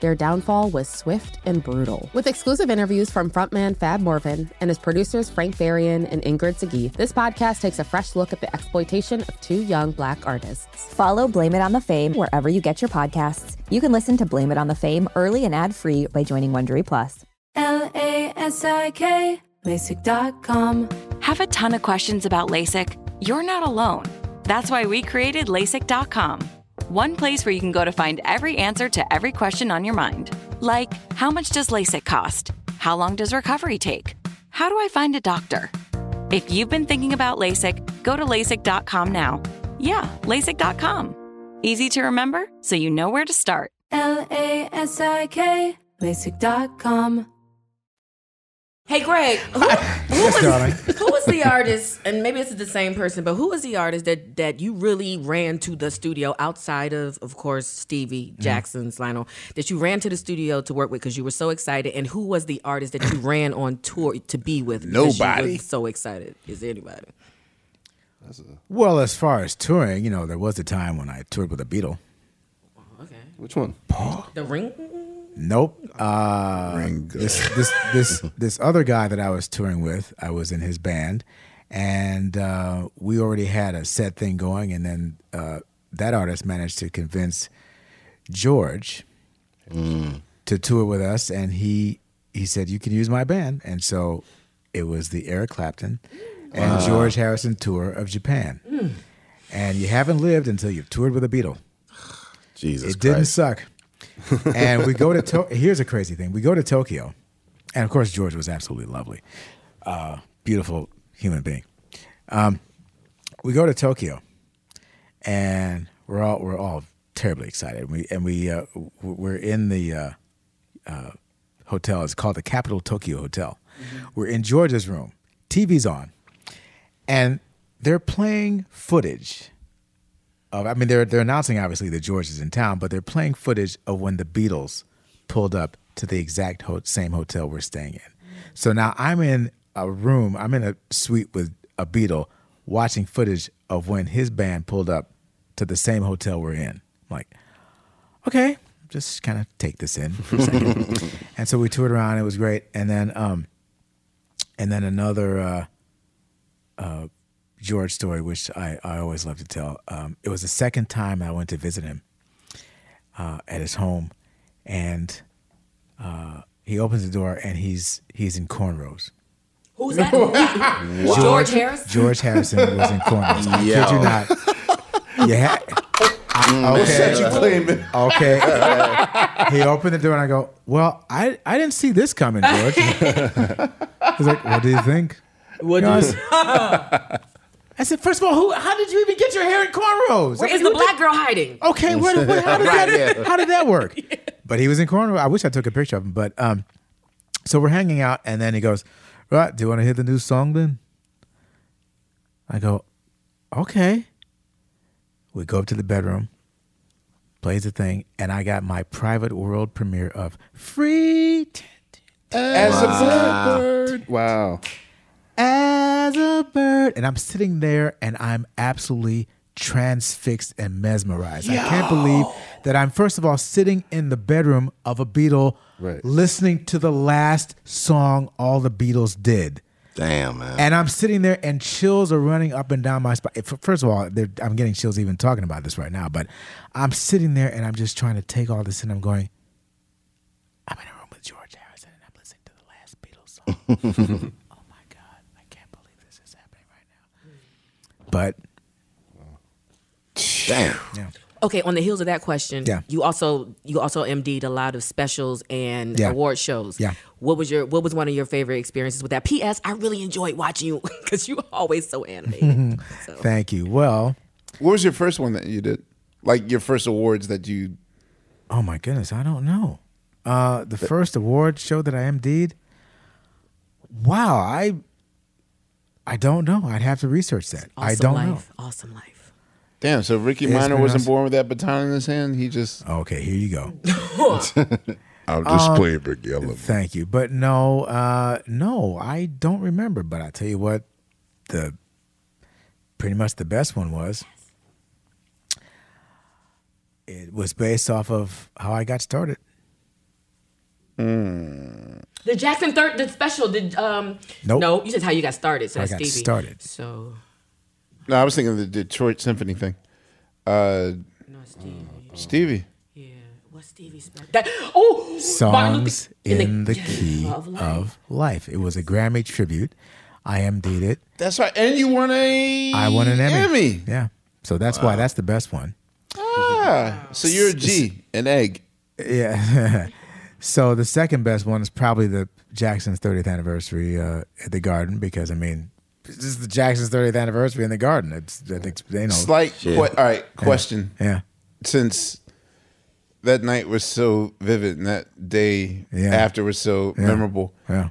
their downfall was swift and brutal. With exclusive interviews from frontman Fab Morvan and his producers Frank Farian and Ingrid Segee, this podcast takes a fresh look at the exploitation of two young black artists.
Follow Blame It on the Fame wherever you get your podcasts. You can listen to Blame It on the Fame early and ad free by joining Wondery Plus.
L A S I K, LASIK.com.
Have a ton of questions about LASIK? You're not alone. That's why we created LASIK.com, one place where you can go to find every answer to every question on your mind. Like, how much does LASIK cost? How long does recovery take? How do I find a doctor? If you've been thinking about LASIK, go to LASIK.com now. Yeah, LASIK.com. Easy to remember, so you know where to start.
L A S I K, LASIK.com.
Hey, Greg. Who, who was, who was the artist? And maybe this is the same person, but who was the artist that that you really ran to the studio outside of, of course, Stevie Jackson's Lionel, that you ran to the studio to work with because you were so excited? And who was the artist that you ran on tour to be with? because you were
Nobody.
so excited. Is there anybody?
Well, as far as touring, you know, there was a time when I toured with a Beatle.
Which one?
The Ring?
Nope. Uh, this this this this other guy that I was touring with, I was in his band, and uh, we already had a set thing going, and then uh, that artist managed to convince George to tour with us, and he he said you can use my band, and so it was the Eric Clapton and
Wow.
George Harrison tour of Japan,
Mm.
and you haven't lived until you've toured with a Beatle.
Jesus,
it didn't suck. and we go to, to here's a crazy thing. We go to Tokyo, and of course George was absolutely lovely, uh, beautiful human being. Um, we go to Tokyo, and we're all we're all terribly excited. We and we uh, w- we're in the uh, uh, hotel. It's called the Capital Tokyo Hotel. We're in George's room. TV's on, and they're playing footage of I mean they're they're announcing obviously that George is in town, but they're playing footage of when the Beatles pulled up to the exact ho- same hotel we're staying in. So now I'm in a room, I'm in a suite with a Beatle watching footage of when his band pulled up to the same hotel we're in. I'm like, okay, just kind of take this in for a second. and so we toured around. It was great. And then, um, and then another uh, uh, George story, which I, I always love to tell. Um, it was the second time I went to visit him uh, at his home, and uh, he opens the door and he's he's in cornrows.
Who's that? George, Harris.
George Harrison was in cornrows. I kid
Yo.
you not. Yeah. I-
What
okay.
set you claiming?
Okay. he opened the door and I go, "Well, I I didn't see this coming, George." He's like, "What do you think?"
What
You know,
do
I
you-
said- I said, first of all, who? How did you even get your hair in cornrows?
Where
I mean,
is the
what
black girl hiding?
Okay, where, where, how, did
Right,
that,
yeah.
how did that work? But he was in cornrows. I wish I took a picture of him. But um, so we're hanging out, and then he goes, "Right, do you want to hear the new song?" Then I go, "Okay." We go up to the bedroom, plays the thing, and I got my private world premiere of "Free
As a Wow.
Bird." Wow. As a bird, and I'm sitting there, and I'm absolutely transfixed and mesmerized. I can't believe that I'm first of all sitting in the bedroom of a Beatle, listening to the last song all the Beatles did.
Damn, man.
And I'm sitting there, and chills are running up and down my spine. F- First of all, they're- I'm getting chills even talking about this right now. But I'm sitting there, and I'm just trying to take all this in. I'm going, I'm in a room with George Harrison, and I'm listening to the last Beatles song. But
damn.
Yeah.
Okay, on the heels of that question,
Yeah.
you also you also MD'd a lot of specials and
Yeah.
award shows.
Yeah.
What was your what was one of your favorite experiences with that? P.S. I really enjoyed watching you because you always so animated.
Thank you. Well,
what was your first one that you did? Like your first awards that you
Oh my goodness, I don't know. Uh, the first award show that I MD'd. Wow, I I don't know. I'd have to research that. I
Awesome
don't
life. know. Awesome life.
Damn, so Ricky
It's
Minor
been
wasn't
awesome.
born with that baton in his hand. He just
Okay, here you go.
I'm
Um,
just playing Ricky. I love him.
Thank you. But no, uh, no, I don't remember. But I tell you what, the pretty much the best one was. It was based off of how I got started.
The Jackson Third, the special, the um,
Nope.
no, you said how you got started. So
I
that's
got
Stevie.
started.
So
No, I was thinking of the Detroit Symphony thing. Uh,
no, Stevie.
Stevie.
That oh, Martin Luther-
Songs in the key
of life.
of life. It was a Grammy tribute. I MD'd it.
That's right. And you won a
I won an Emmy. Yeah. So that's why that's the best one.
Ah, so you're a G, an egg.
Yeah. so the second best one is probably the Jackson's 30th anniversary uh, at the Garden because I mean, this is the Jackson's 30th anniversary in the Garden. It's I think you know.
Slight. que- all right.
Yeah.
Question.
Yeah.
Since that night was so vivid and that day
Yeah.
after was so
Yeah.
memorable,
Yeah.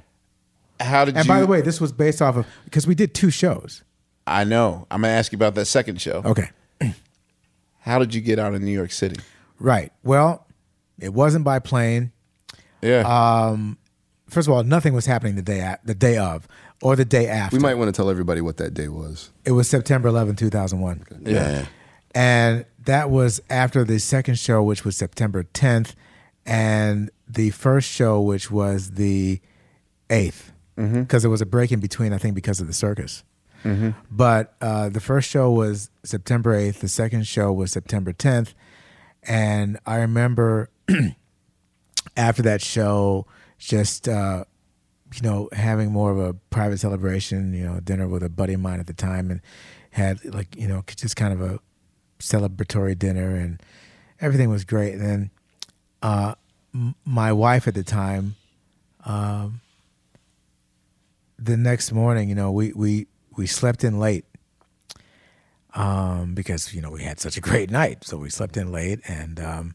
how did
And
you?
by the way, this was based off of because we did two shows.
I know. I'm gonna ask you about that second show.
Okay.
How did you get out of New York City?
Right. Well, it wasn't by plane.
Yeah.
Um. First of all, nothing was happening the day a- the day of or the day after.
We might want to tell everybody what that day was.
It was September 11, 2001. And that was after the second show, which was September 10th, and the first show, which was the 8th, because there was a break in between, I think, because of the circus.
Mhm.
But uh, the first show was September 8th, the second show was September 10th. And I remember after that show, just uh, you know, having more of a private celebration, you know, dinner with a buddy of mine at the time, and had like you know just kind of a celebratory dinner, and everything was great. And then uh, m- my wife at the time, um, the next morning, you know, we we we slept in late um, because you know we had such a great night, so we slept in late, and um,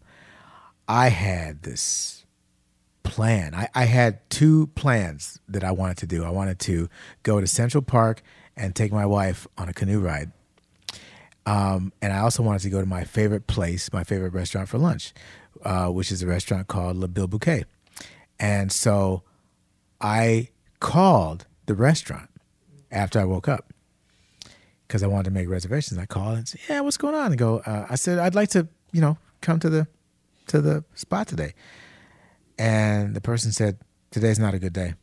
I had this plan. I, I had two plans that I wanted to do. I wanted to go to Central Park and take my wife on a canoe ride. Um, and I also wanted to go to my favorite place, my favorite restaurant for lunch, uh, which is a restaurant called Le Bill Bouquet. And so I called the restaurant after I woke up because I wanted to make reservations. I called and said, "Yeah, what's going on?" And go, uh, I said, "I'd like to, you know, come to the to the spot today." And the person said, "Today's not a good day."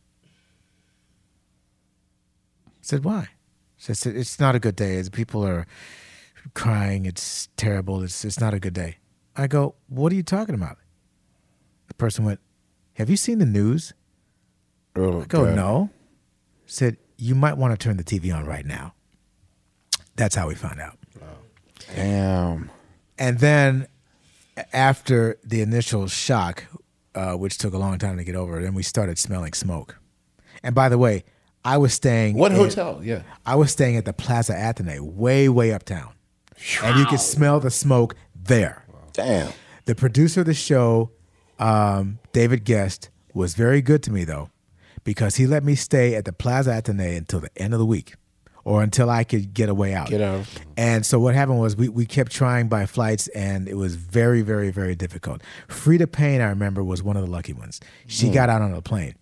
I said, "Why?" She said, "It's not a good day. It's- People are crying. It's terrible. It's it's not a good day." I go, "What are you talking about?" The person went, "Have you seen the news?" I go,
God.
"No." Said, "You might want to turn the TV on right now." That's how we found out. Damn. And then a- after the initial shock, uh, which took a long time to get over, then we started smelling smoke. And by the way, I was staying
What
in-
hotel? Yeah.
I was staying at the Plaza Athenae, way way uptown, and you could smell the smoke there.
Damn.
The producer of the show, um, David Guest, was very good to me though, because he let me stay at the Plaza Athenae until the end of the week, or until I could get away out. Get out. And so what happened was we we kept trying by flights, and it was very very very difficult. Frida Payne, I remember, was one of the lucky ones. She
Hmm.
got out on a plane.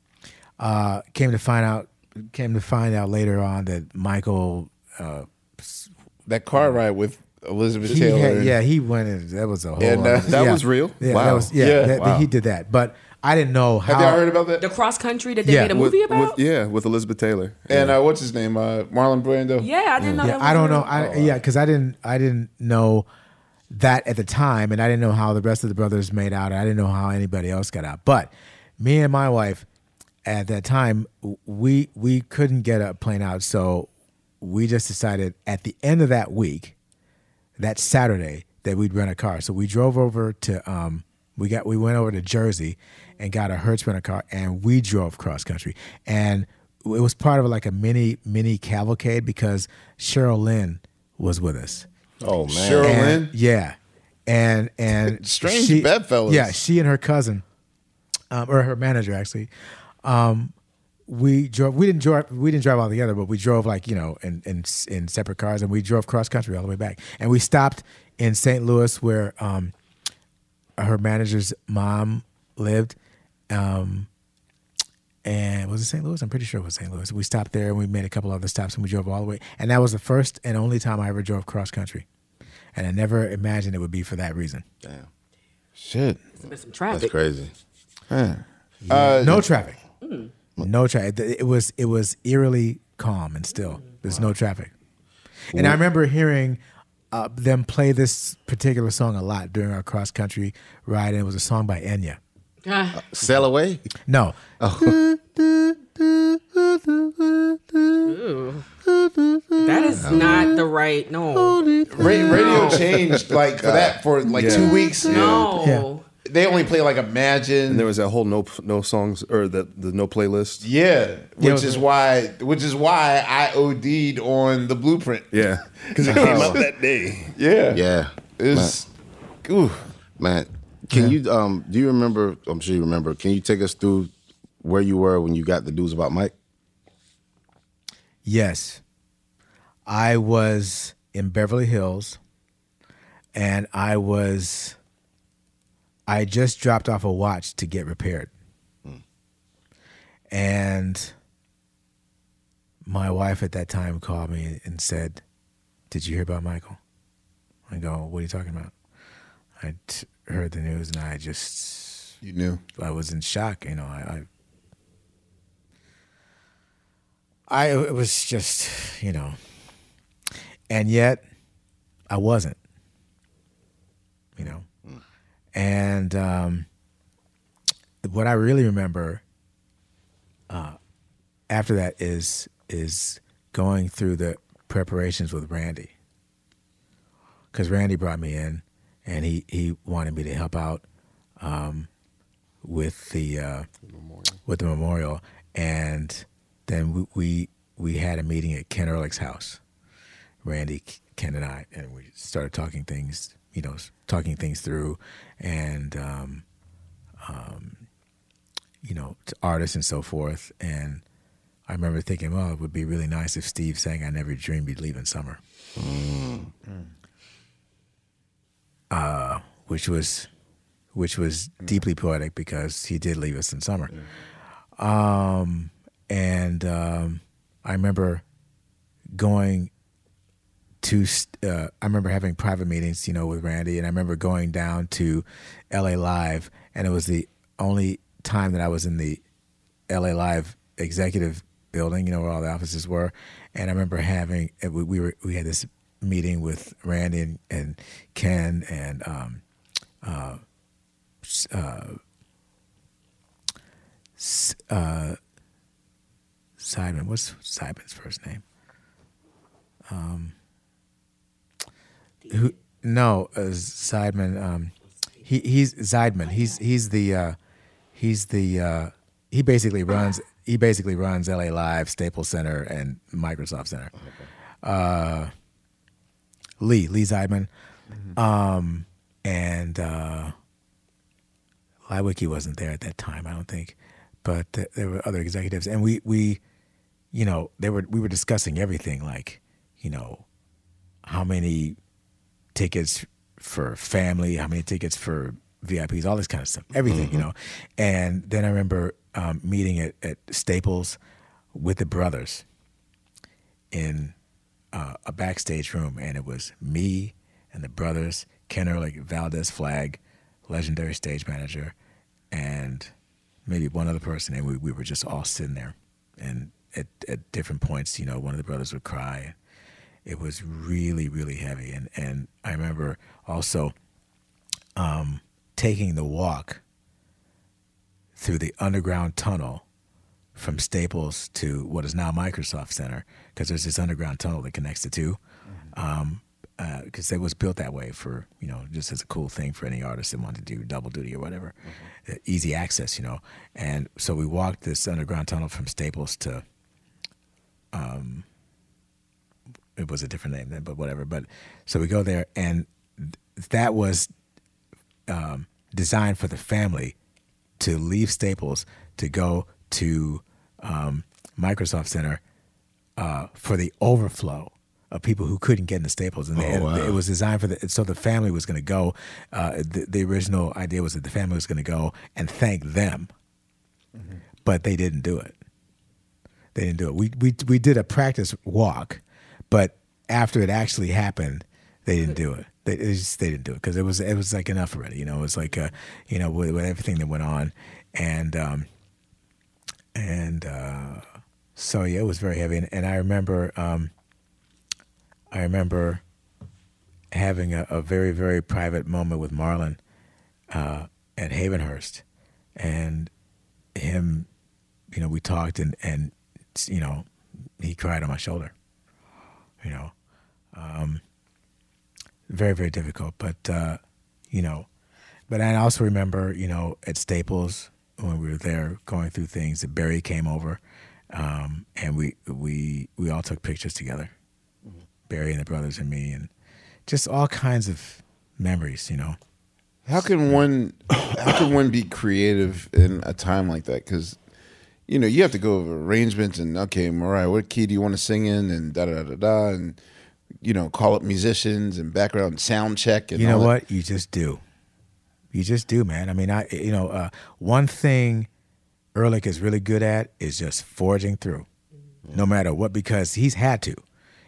Uh, came to find out came to find out later on that Michael uh,
that car ride with Elizabeth
he
Taylor.
had- yeah, he went in. That was a whole.
And, uh,
other-
that
yeah.
was real?
Yeah,
Wow.
that was, yeah,
Yeah.
that- that he
Wow.
did that, but I didn't know how.
about that?
The cross country that they made a
With-
movie about.
with- yeah, with Elizabeth Taylor and uh, what's his name, uh, Marlon Brando. Oh.
Yeah, I didn't know.
yeah,
that
I
was
don't
real.
know. I, Yeah, because I didn't. I didn't know that at the time, and I didn't know how the rest of the brothers made out. and I didn't know how anybody else got out. But me and my wife at that time, w- we we couldn't get a plane out, so we just decided at the end of that week, that Saturday, that we'd rent a car. So we drove over to. Um, we got we went over to Jersey and got a Hertz rental car and we drove cross country and it was part of like a mini mini cavalcade because Cheryl Lynn was with us.
Oh man,
Cheryl Lynn, yeah, and and
Strange
she-
bedfellows.
Yeah, she and her cousin, um, or her manager actually. Um, we drove. We didn't drive. We didn't drive all together, but we drove like you know in in in separate cars, and we drove cross country all the way back. And we stopped in St. Louis where um, her manager's mom lived. Um, and was it St. Louis? I'm pretty sure it was St. Louis. We stopped there and we made a couple other stops and we drove all the way. And that was the first and only time I ever drove cross country. And I never imagined it would be for that reason.
Damn.
Shit.
There's some traffic.
That's crazy.
Uh,
no traffic. No traffic. It was it was eerily calm and still. There's no traffic. And I
Ooh.
remember hearing uh, them play this particular song a lot during our cross country ride, and it was a song by Enya.
Ah.
Sail away. Oh.
No,
That is not the right. No.
Mm-hmm. Ra- radio changed like for that for like
Yeah.
two weeks.
No.
They only play like Imagine.
And there was that whole no no songs or the the no playlist.
Yeah,
Yeah,
which is
it was-
why which is why I OD'd on the blueprint.
Yeah.
Because it came out that
day.
Yeah.
Yeah.
It's-
man. man. Can you um do you remember I'm sure you remember, can you take us through where you were when you got the news about Mike?
Yes. I was in Beverly Hills and I was I just dropped off a watch to get repaired.
Hmm.
And my wife at that time called me and said, "Did you hear about Michael?" I go, "What are you talking about?" I t- heard the news and I just
you knew
I was in shock. You know, I, I I it was just you know, and yet I wasn't. You know, and um, what I really remember uh, after that is is going through the preparations with Randy because Randy brought me in, and he he wanted me to help out um, with the uh, with the memorial, and then we, we we had a meeting at Ken Ehrlich's house, Randy, Ken, and I, and we started talking things, you know, talking things through, and um, um, you know, to artists and so forth, and. I remember thinking, well, it would be really nice if Steve sang "I Never Dreamed We'd Leave in Summer." Mm. uh, which was which was deeply poetic because he did leave us in summer. Um, and um, I remember going to uh, I remember having private meetings, you know, with Randy, and I remember going down to LA Live, and it was the only time that I was in the LA Live executive building, you know, where all the offices were, and I remember having and we, we were we had this meeting with Randy and, and Ken and um, uh, s- uh, s- uh, Simon. What's Simon's first name? Um, who? No, uh, Seidman. Um, he he's Zeidman. He's he's the uh, he's the uh, he basically runs he basically runs L.A. Live, Staples Center, and Microsoft Center. Uh, Lee Lee Zeidman, um, and uh, Liwiki wasn't there at that time. I don't think, but th- there were other executives, and we we, you know, they were we were discussing everything like, you know, how many tickets for family, how many tickets for VIPs, all this kind of stuff, everything, you know. And then I remember um, meeting at, at Staples with the brothers in uh, a backstage room, and it was me and the brothers, Ken Ehrlich, Valdez Flag, legendary stage manager, and maybe one other person, and we, we were just all sitting there. And at, at different points, you know, one of the brothers would cry. It was really, really heavy. And, and I remember also um, taking the walk through the underground tunnel from Staples to what is now Microsoft Center, because there's this underground tunnel that connects the two. Um, because it was built that way for you know just as a cool thing for any artist that wanted to do double duty or whatever, Uh, easy access, you know. And so we walked this underground tunnel from Staples to, um, it was a different name then, but whatever. But so we go there, and th- that was um, designed for the family to leave Staples to go to um, Microsoft Center uh, for the overflow of people who couldn't get into Staples, and they-
Oh, wow.
it was designed for the so the family was going to go. Uh, the, the original idea was that the family was going to go and thank them,
Mm-hmm.
but they didn't do it. They didn't do it. We we we did a practice walk, but after it actually happened, they didn't do it. They, they just they didn't do it because it was it was like enough already. You know, it was like uh, you know with, with everything that went on, and um, and uh, so yeah, it was very heavy. And, and I remember um, I remember having a, a very very private moment with Marlon uh, at Havenhurst, and him, you know, we talked and and you know, he cried on my shoulder. You know, um, very very difficult, but uh, you know, but I also remember you know at Staples when we were there going through things that Barry came over, um, and we we we all took pictures together, Barry and the brothers and me, and just all kinds of memories. You know,
How can one how can one be creative in a time like that? Because you know you have to go over arrangements and okay, Mariah, what key do you want to sing in, and da da da da da, and you know call up musicians and background sound check and
you know
all that.
what you just do you just do man i mean i you know uh, one thing Ehrlich is really good at is just forging through no matter what because he's had to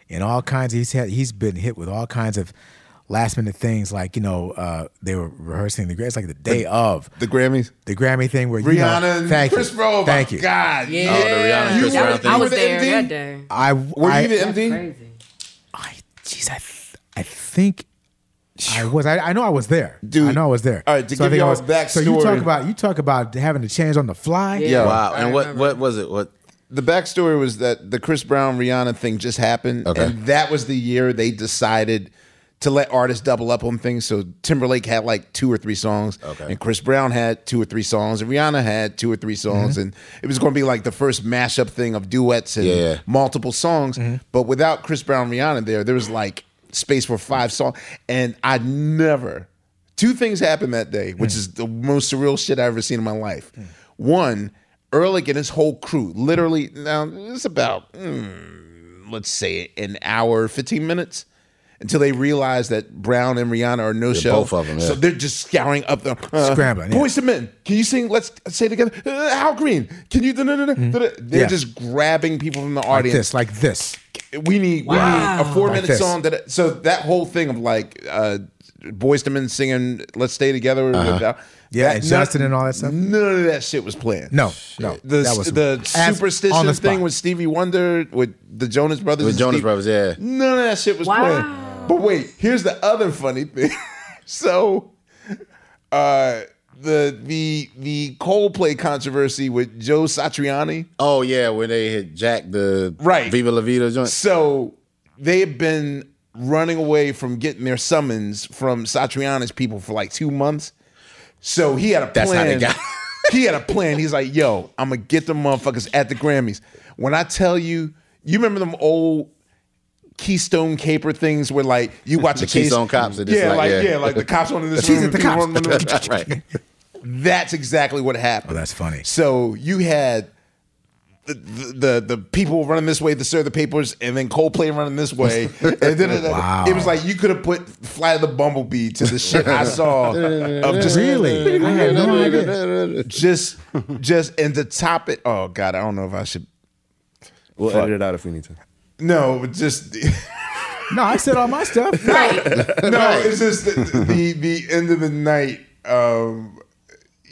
in all kinds he's had he's been hit with all kinds of last minute things like you know uh, they were rehearsing the it's like the day of
the grammys
the grammy thing where you know,
Rihanna and
thank
Chris
you
Brown.
thank you
God, yeah. Oh, the Rihanna and Chris
You were-
Brown thing.
you
I
were
was
the
there
MD?
that day.
i
Were you
I-
the MD?
Jeez, I, th- I think I was. I, I know I was there. Dude, I know I was there.
all right, to give
I think I
y'all
was-
a
So you talk
backstory.
about you talk about having to change on the fly.
Wow. And what what was it? What the backstory was that the Chris Brown Rihanna thing just happened, and that was the year they decided to let artists double up on things. So Timberlake had like two or three songs, and Chris Brown had two or three songs, and Rihanna had two or three songs,
Mhm.
and it was going to be like the first mashup thing of duets and
Yeah.
multiple songs. But without Chris Brown Rihanna there, there was like space for five songs, and I never. Two things happened that day,
Hmm.
which is the most surreal shit I've ever seen in my life. One, Ehrlich and his whole crew, literally, now it's about, mm, let's say, an hour, 15 minutes until they realize that Brown and Rihanna are no show.
both of them, yeah.
So they're just scouring up the. uh,
Scrambling, yeah.
Boys to men, can you sing? Let's say together.
Hmm.
Uh, Al Green, can you. da-da-da-da, da-da." They're
Yeah.
just grabbing people from the
Like
audience.
this, like this.
we need we need a four
Like
minute
this.
song that so that whole thing of like uh boys to men singing let's stay together
Uh-huh.
without-
Yeah, and Justin and all that
stuff none of that shit was playing
No, no,
the,
that was-
the
As- on
superstition
the spot.
thing with stevie wonder with the jonas brothers
With
and
Jonas
Steve-
Brothers, yeah.
none of that shit was playing but wait here's the other funny thing so uh the the the Coldplay controversy with Joe Satriani.
Oh yeah, when they hit Jack the
right
Viva La Vida joint.
So they have been running away from getting their summons from Satriani's people for like two months. So he had a plan.
That's how they got-
he had a plan. He's like, "Yo, I'm gonna get the motherfuckers at the Grammys." When I tell you, you remember them old Keystone Caper things where like you watch
The
a case,
Keystone Cops are just
yeah,
like,
like
yeah.
yeah, like the cops on in this
She's
room,
at the
people
cops.
on in the-
Right.
That's exactly what happened. Oh, that's funny. So you had the the, the people running this way to serve the papers, and then Coldplay running this way. and then
Wow.
It was like you could have put "Fly the Bumblebee" to the shit I saw of just
Really? I had no idea.
Just just and to top it, oh god, I don't know if I should.
We'll
Fuck.
edit it out if we need to.
No, but just
no, I said all my stuff.
no, it's just the, the the end of the night. Um,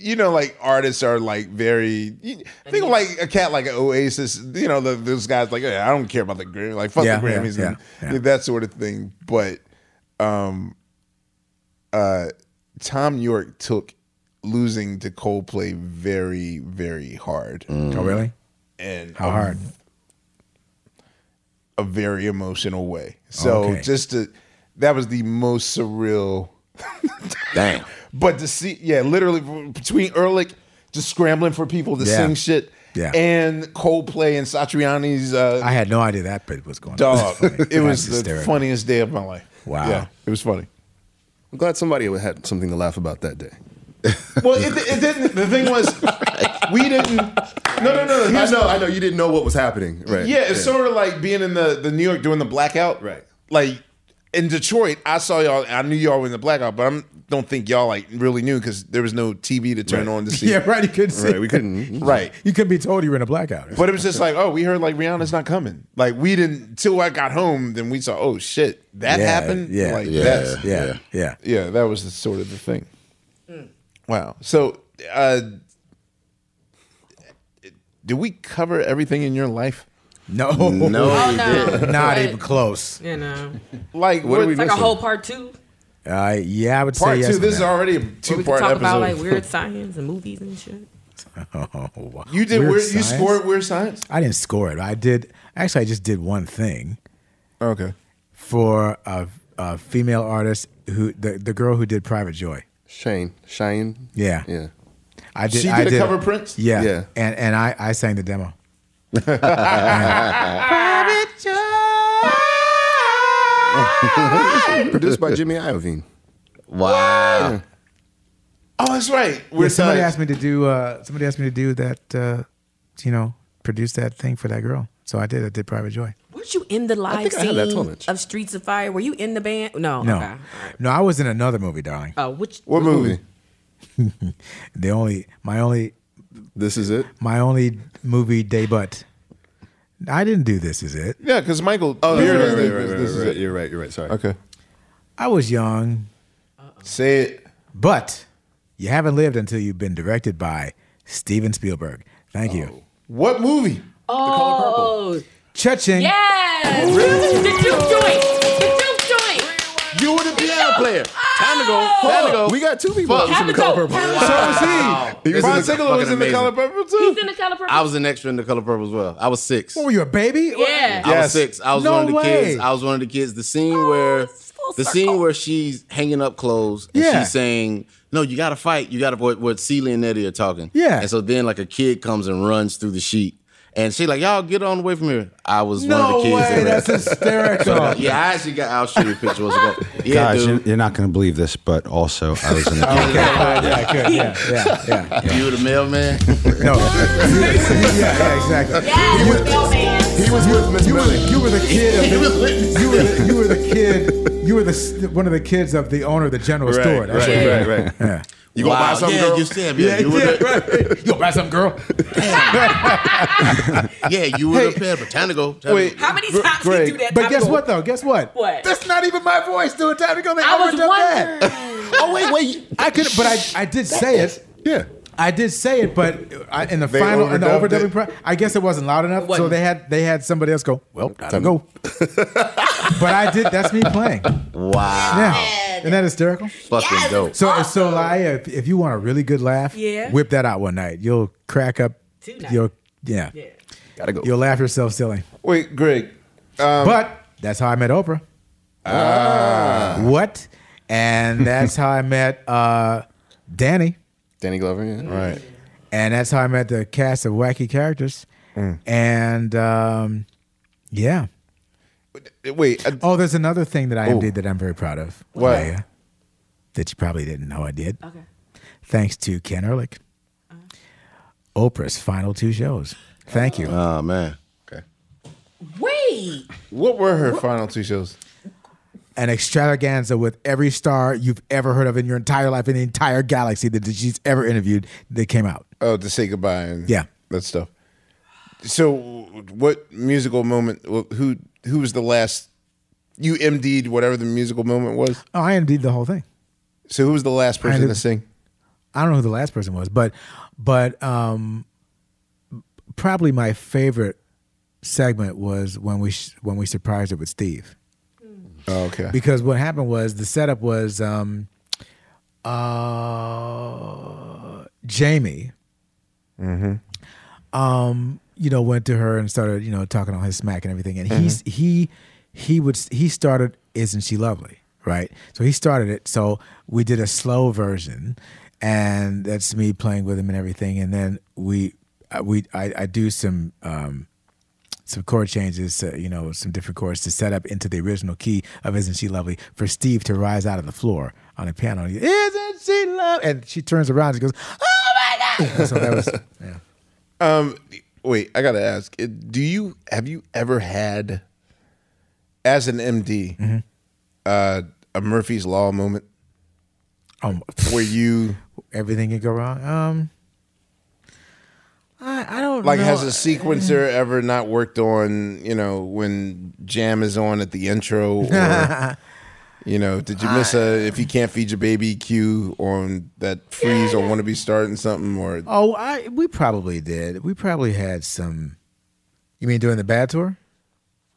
you know, like artists are like very. you- Think of like a cat like Oasis. You know, the, those guys like "Yeah, I don't care about the Grammy, like fuck
Yeah,
the
yeah,
Grammys and
yeah,
that sort of thing. But, um, uh, Tom York took losing to Coldplay very very hard.
Oh, really?
And
How hard?
a very emotional way. So
Okay.
just to, that was the most surreal.
Damn.
But to see, yeah, literally between Ehrlich just scrambling for people to
Yeah.
sing shit,
Yeah.
and Coldplay and Satriani's uh,
I had no idea that bit was going.
dog.
on. That's funny.
it was
That's
the
hysterical.
funniest day of my life.
Wow.
Yeah, it was funny.
I'm glad somebody had something to laugh about that day.
Well, it, it didn't. The thing was, we didn't. No, no, no.
I
here's-
know, I know. You didn't know what was happening, right?
Yeah, it's sort of like being in the, the New York during the blackout. Right. Like in Detroit, I saw y'all. I knew y'all were in the blackout, but I don't think y'all like really knew because there was no TV to turn
Right.
on to see.
Yeah, right. You couldn't see. Mm-hmm.
Right.
mm-hmm.
You couldn't be told you were in a blackout.
But it was just like, oh, we heard like Rihanna's not coming. Like we didn't till I got home. Then we saw, oh shit, that
Yeah,
happened.
yeah,
like,
yeah,
that's,
yeah, yeah. yeah.
yeah. That was the sort of the thing.
Mm.
Wow. So, uh did we cover everything in your life?
No,
no,
Oh, we no. didn't.
not
Right.
even close.
You know,
Like
it's like a whole part two.
Uh, yeah, I would
Part
say yes.
two,
on
this is
that.
already a
Where we can talk about like weird science and movies and shit.
Oh, wow.
You did
Weird
weird. you
science?
scored weird science.
I didn't score it. I did actually. I just did one thing.
Okay.
For a, a female artist who the the girl who did Private Joy.
Shane, Cheyenne.
Yeah.
yeah.
I did.
She did
I
a cover of Prince?
Yeah.
Yeah.
And and I I sang the demo.
Produced by Jimmy Iovine.
Wow.
Oh, that's right.
Yeah,
Weird
somebody
science.
asked me to do. Uh, somebody asked me to do that. Uh, you know, produce that thing for that girl. So I did. I did Private Joy.
Weren't you in the live
think I had that
scene
tolerance.
of Streets of Fire? Were you in the band?
Oh,
No.
No,
Okay.
no, I was in another movie, darling.
Oh, which
What movie?
The only my only.
This is it.
My only movie debut. I didn't do this. Is it?
Yeah, because Michael.
Oh, that's
Beard
right,
is
right,
the-
right, right,
this is
right,
it.
right. You're right. You're right. Sorry.
Okay.
I was young.
Say it.
But you haven't lived until you've been directed by Steven Spielberg. Thank you.
What movie?
Oh,
Cha-ching.
yes. The juke joint. The juke joint.
You were the piano player. Time to go. Time to go.
We got two people. that was in the color purple.
So
was he. Von Sigler was in The Color Purple too.
He's in the color purple.
I was an extra in the color purple as well. I was six.
What were you, Oh, a baby?
Yeah.
I was six. I was
No
one of the
way. Oh,
kids. I was one of the kids. The scene where the scene where she's hanging up clothes and
Yeah.
she's saying, "No, you got to fight. You got to." What, what Celia and Eddie are talking.
Yeah.
And so then like a kid comes and runs through the sheet, and she's like, "Y'all get on away from here." I was one
No
of the kids.
way.
in
That's
that.
hysterical.
yeah, I actually got. I'll show you a picture. What's up? Yeah,
Guys,
dude. Oh,
you're, you're not going to believe this, but also I was in a
Oh, yeah, yeah, good. Yeah, yeah, yeah.
You were the mailman.
No. yeah, yeah, exactly.
Yes,
He
You was with Miss Millie.
You were the kid. Of
He was with
the, you, were the, you were the kid. You were the s- one of the kids of the owner of the general
Right,
store. That's
right,
what you
right,
were.
right.
Yeah.
You gonna buy something,
yeah,
girl?
You said, yeah, you were the- right. You gonna buy something, girl?
yeah, you were the pet botanical.
Wait,
how many times
Greg, But guess what though? Guess what?
What?
That's not even my voice. Do a time ago. They
I was
overdub that. oh wait, wait. I could, but I, I did say it.
Yeah.
I did say it, but I, in the
They
final, in the
overdubbed
overdubbing,
it.
pro- I guess it wasn't loud enough. So they had they had somebody else go. Well, I don't go. but I did. That's me playing.
Wow.
Yeah. Isn't that hysterical?
Fucking dope.
So, so Laia, if, if you want a really good laugh,
Yeah.
whip that out one night. You'll crack up. You'll yeah.
Gotta go.
You'll laugh yourself silly.
Wait, Greg.
but that's how I met Oprah. Ah. What? And that's how I met uh, Danny.
Danny Glover, yeah.
Right. And that's how I met the cast of wacky characters. And um, yeah.
Wait. uh,
oh, there's another thing that I
Oh.
did that I'm very proud of.
What?
Leia, that you probably didn't know I did. Okay. Thanks to Ken Ehrlich. Oprah's final two shows. Thank you.
Oh man.
Wait.
What were her final two shows?
An extravaganza with every star you've ever heard of in your entire life, in the entire galaxy that she's ever interviewed, that came out.
Oh, to say goodbye and
Yeah.
that stuff. So, what musical moment? wh- Who who was the last? You MD'd whatever the musical moment was.
Oh, I indeed the whole thing.
So, who was the last person
did-
to sing?
I don't know who the last person was, but but um, probably my favorite segment was when we sh- when we surprised it with Steve.
Oh, okay.
Because what happened was the setup was um, uh, Jamie,
Mm-hmm.
um, you know, went to her and started, you know, talking all his smack and everything. And
Mm-hmm.
he's he he would he started "Isn't She Lovely?" Right. So he started it. So we did a slow version, and that's me playing with him and everything. And then we I- we I, I do some. Um, some chord changes, uh, you know, some different chords to set up into the original key of "Isn't She Lovely" for Steve to rise out of the floor on the piano. He, Isn't she lovely? And she turns around and goes, "Oh my god!" So that was
Um, wait, I gotta ask. uh, Do you have you ever had, as an MD,
Mm-hmm.
uh, a Murphy's Law moment?
Um,
where you
everything can go wrong. Um, I, I don't
like
know.
has a sequencer ever not worked on? You know, when jam is on at the intro, or you know, did you miss a if you can't feed your baby cue on that freeze or want to be starting something or
Oh, I we probably did. We probably had some. You mean during the bad tour?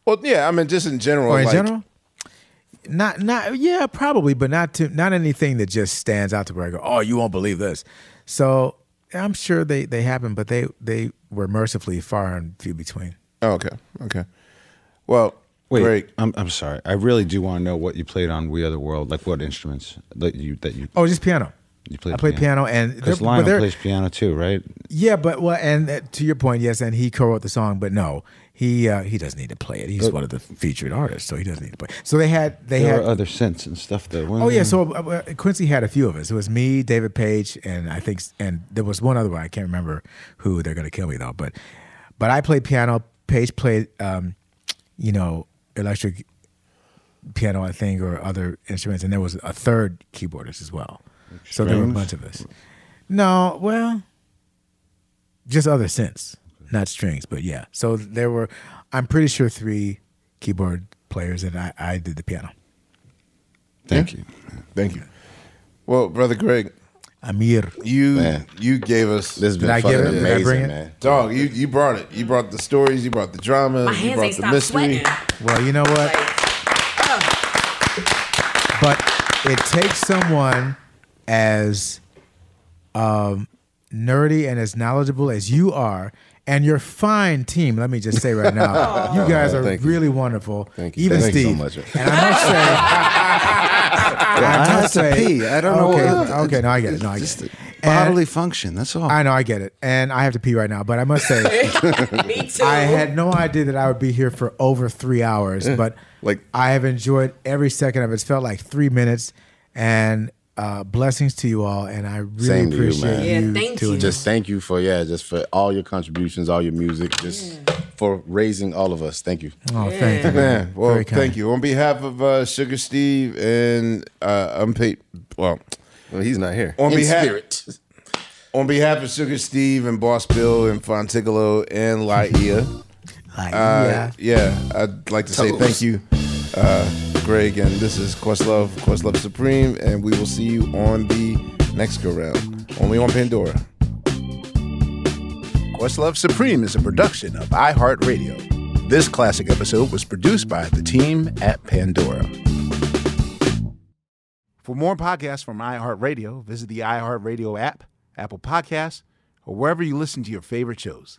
well, yeah, I mean just in general,
Oh,
or in
like,
general? Not, not, yeah, probably, but not to, not anything that just stands out to where I go, oh, you won't believe this. So I'm sure they they happen, but they they were mercifully far and few between.
Oh, okay, okay. Well,
wait.
Greg-
I'm I'm sorry. I really do want to know what you played on We Are the World. Like what instruments that you that you
Oh, just piano.
you played.
I played piano, and they're-
because
but
Lionel
they're-
plays piano too, right?
Yeah, but well, and uh, to your point, yes, and he co-wrote the song, but no, he uh, he doesn't need to play it. He's
But-
one of the featured artists, so he doesn't need to play. So they had they
there
had
were other synths and stuff though.
Oh yeah, so uh, uh, Quincy had a few of us. It was me, David Page, and I think, and there was one other one. I can't remember who. They're gonna kill me though. But, but I played piano. Page played, um, you know, electric piano, I think, or other instruments. And there was a third keyboardist as well. So there were a
Strings?
bunch of us. No, well, just other synths, not strings, but yeah. So there were, I'm pretty sure three keyboard players, and I, I did the piano.
Thank
you. Thank you. Well, brother Greg,
Amir,
you you gave us this.
has been Did I give fucking it? Did I amazing, bring it? man.
Dog, you you brought it. You brought the stories. You brought the drama.
My
you
hands
brought
ain't
the
stopped
mystery.
sweating.
Well, you know what? But it takes someone as um, nerdy and as knowledgeable as you are, and your fine team. Let me just say right now, you guys are
Thank you.
really wonderful.
Thank you.
Even
Thank you
Steve.
so much.
And I must say,
I
I
have
must
to
say,
pee. I don't know
okay,
what-
Okay, no, I get it. No, I get
Just
it.
bodily
function. That's all. I know, I get it, and I have to pee right now. But I must say,
Me too.
I had no idea that I would be here for over three hours,
Yeah,
but like I have enjoyed every second of it. It's felt like three minutes, and uh, blessings to you all. And I really
Same to you,
appreciate
man.
you. doing this.
Just thank you for yeah, just for all your contributions, all your music, just for raising all of us. Thank you.
Oh, thank you, man.
Man, well,
Very kind.
thank you. On behalf of uh, Sugar Steve and uh, Unpaid, well,
he's not here.
On
In
behalf,
spirit.
on behalf of Sugar Steve and Boss Bill and Fontigolo and Laia,
Laia.
uh, yeah, I'd like to say
Toast.
thank you, uh, Greg. And this is Questlove, Questlove Supreme, and we will see you on the next go round, only on Pandora.
Questlove Supreme is a production of iHeartRadio. This classic episode was produced by the team at Pandora. For more podcasts from iHeartRadio, visit the iHeartRadio app, Apple Podcasts, or wherever you listen to your favorite shows.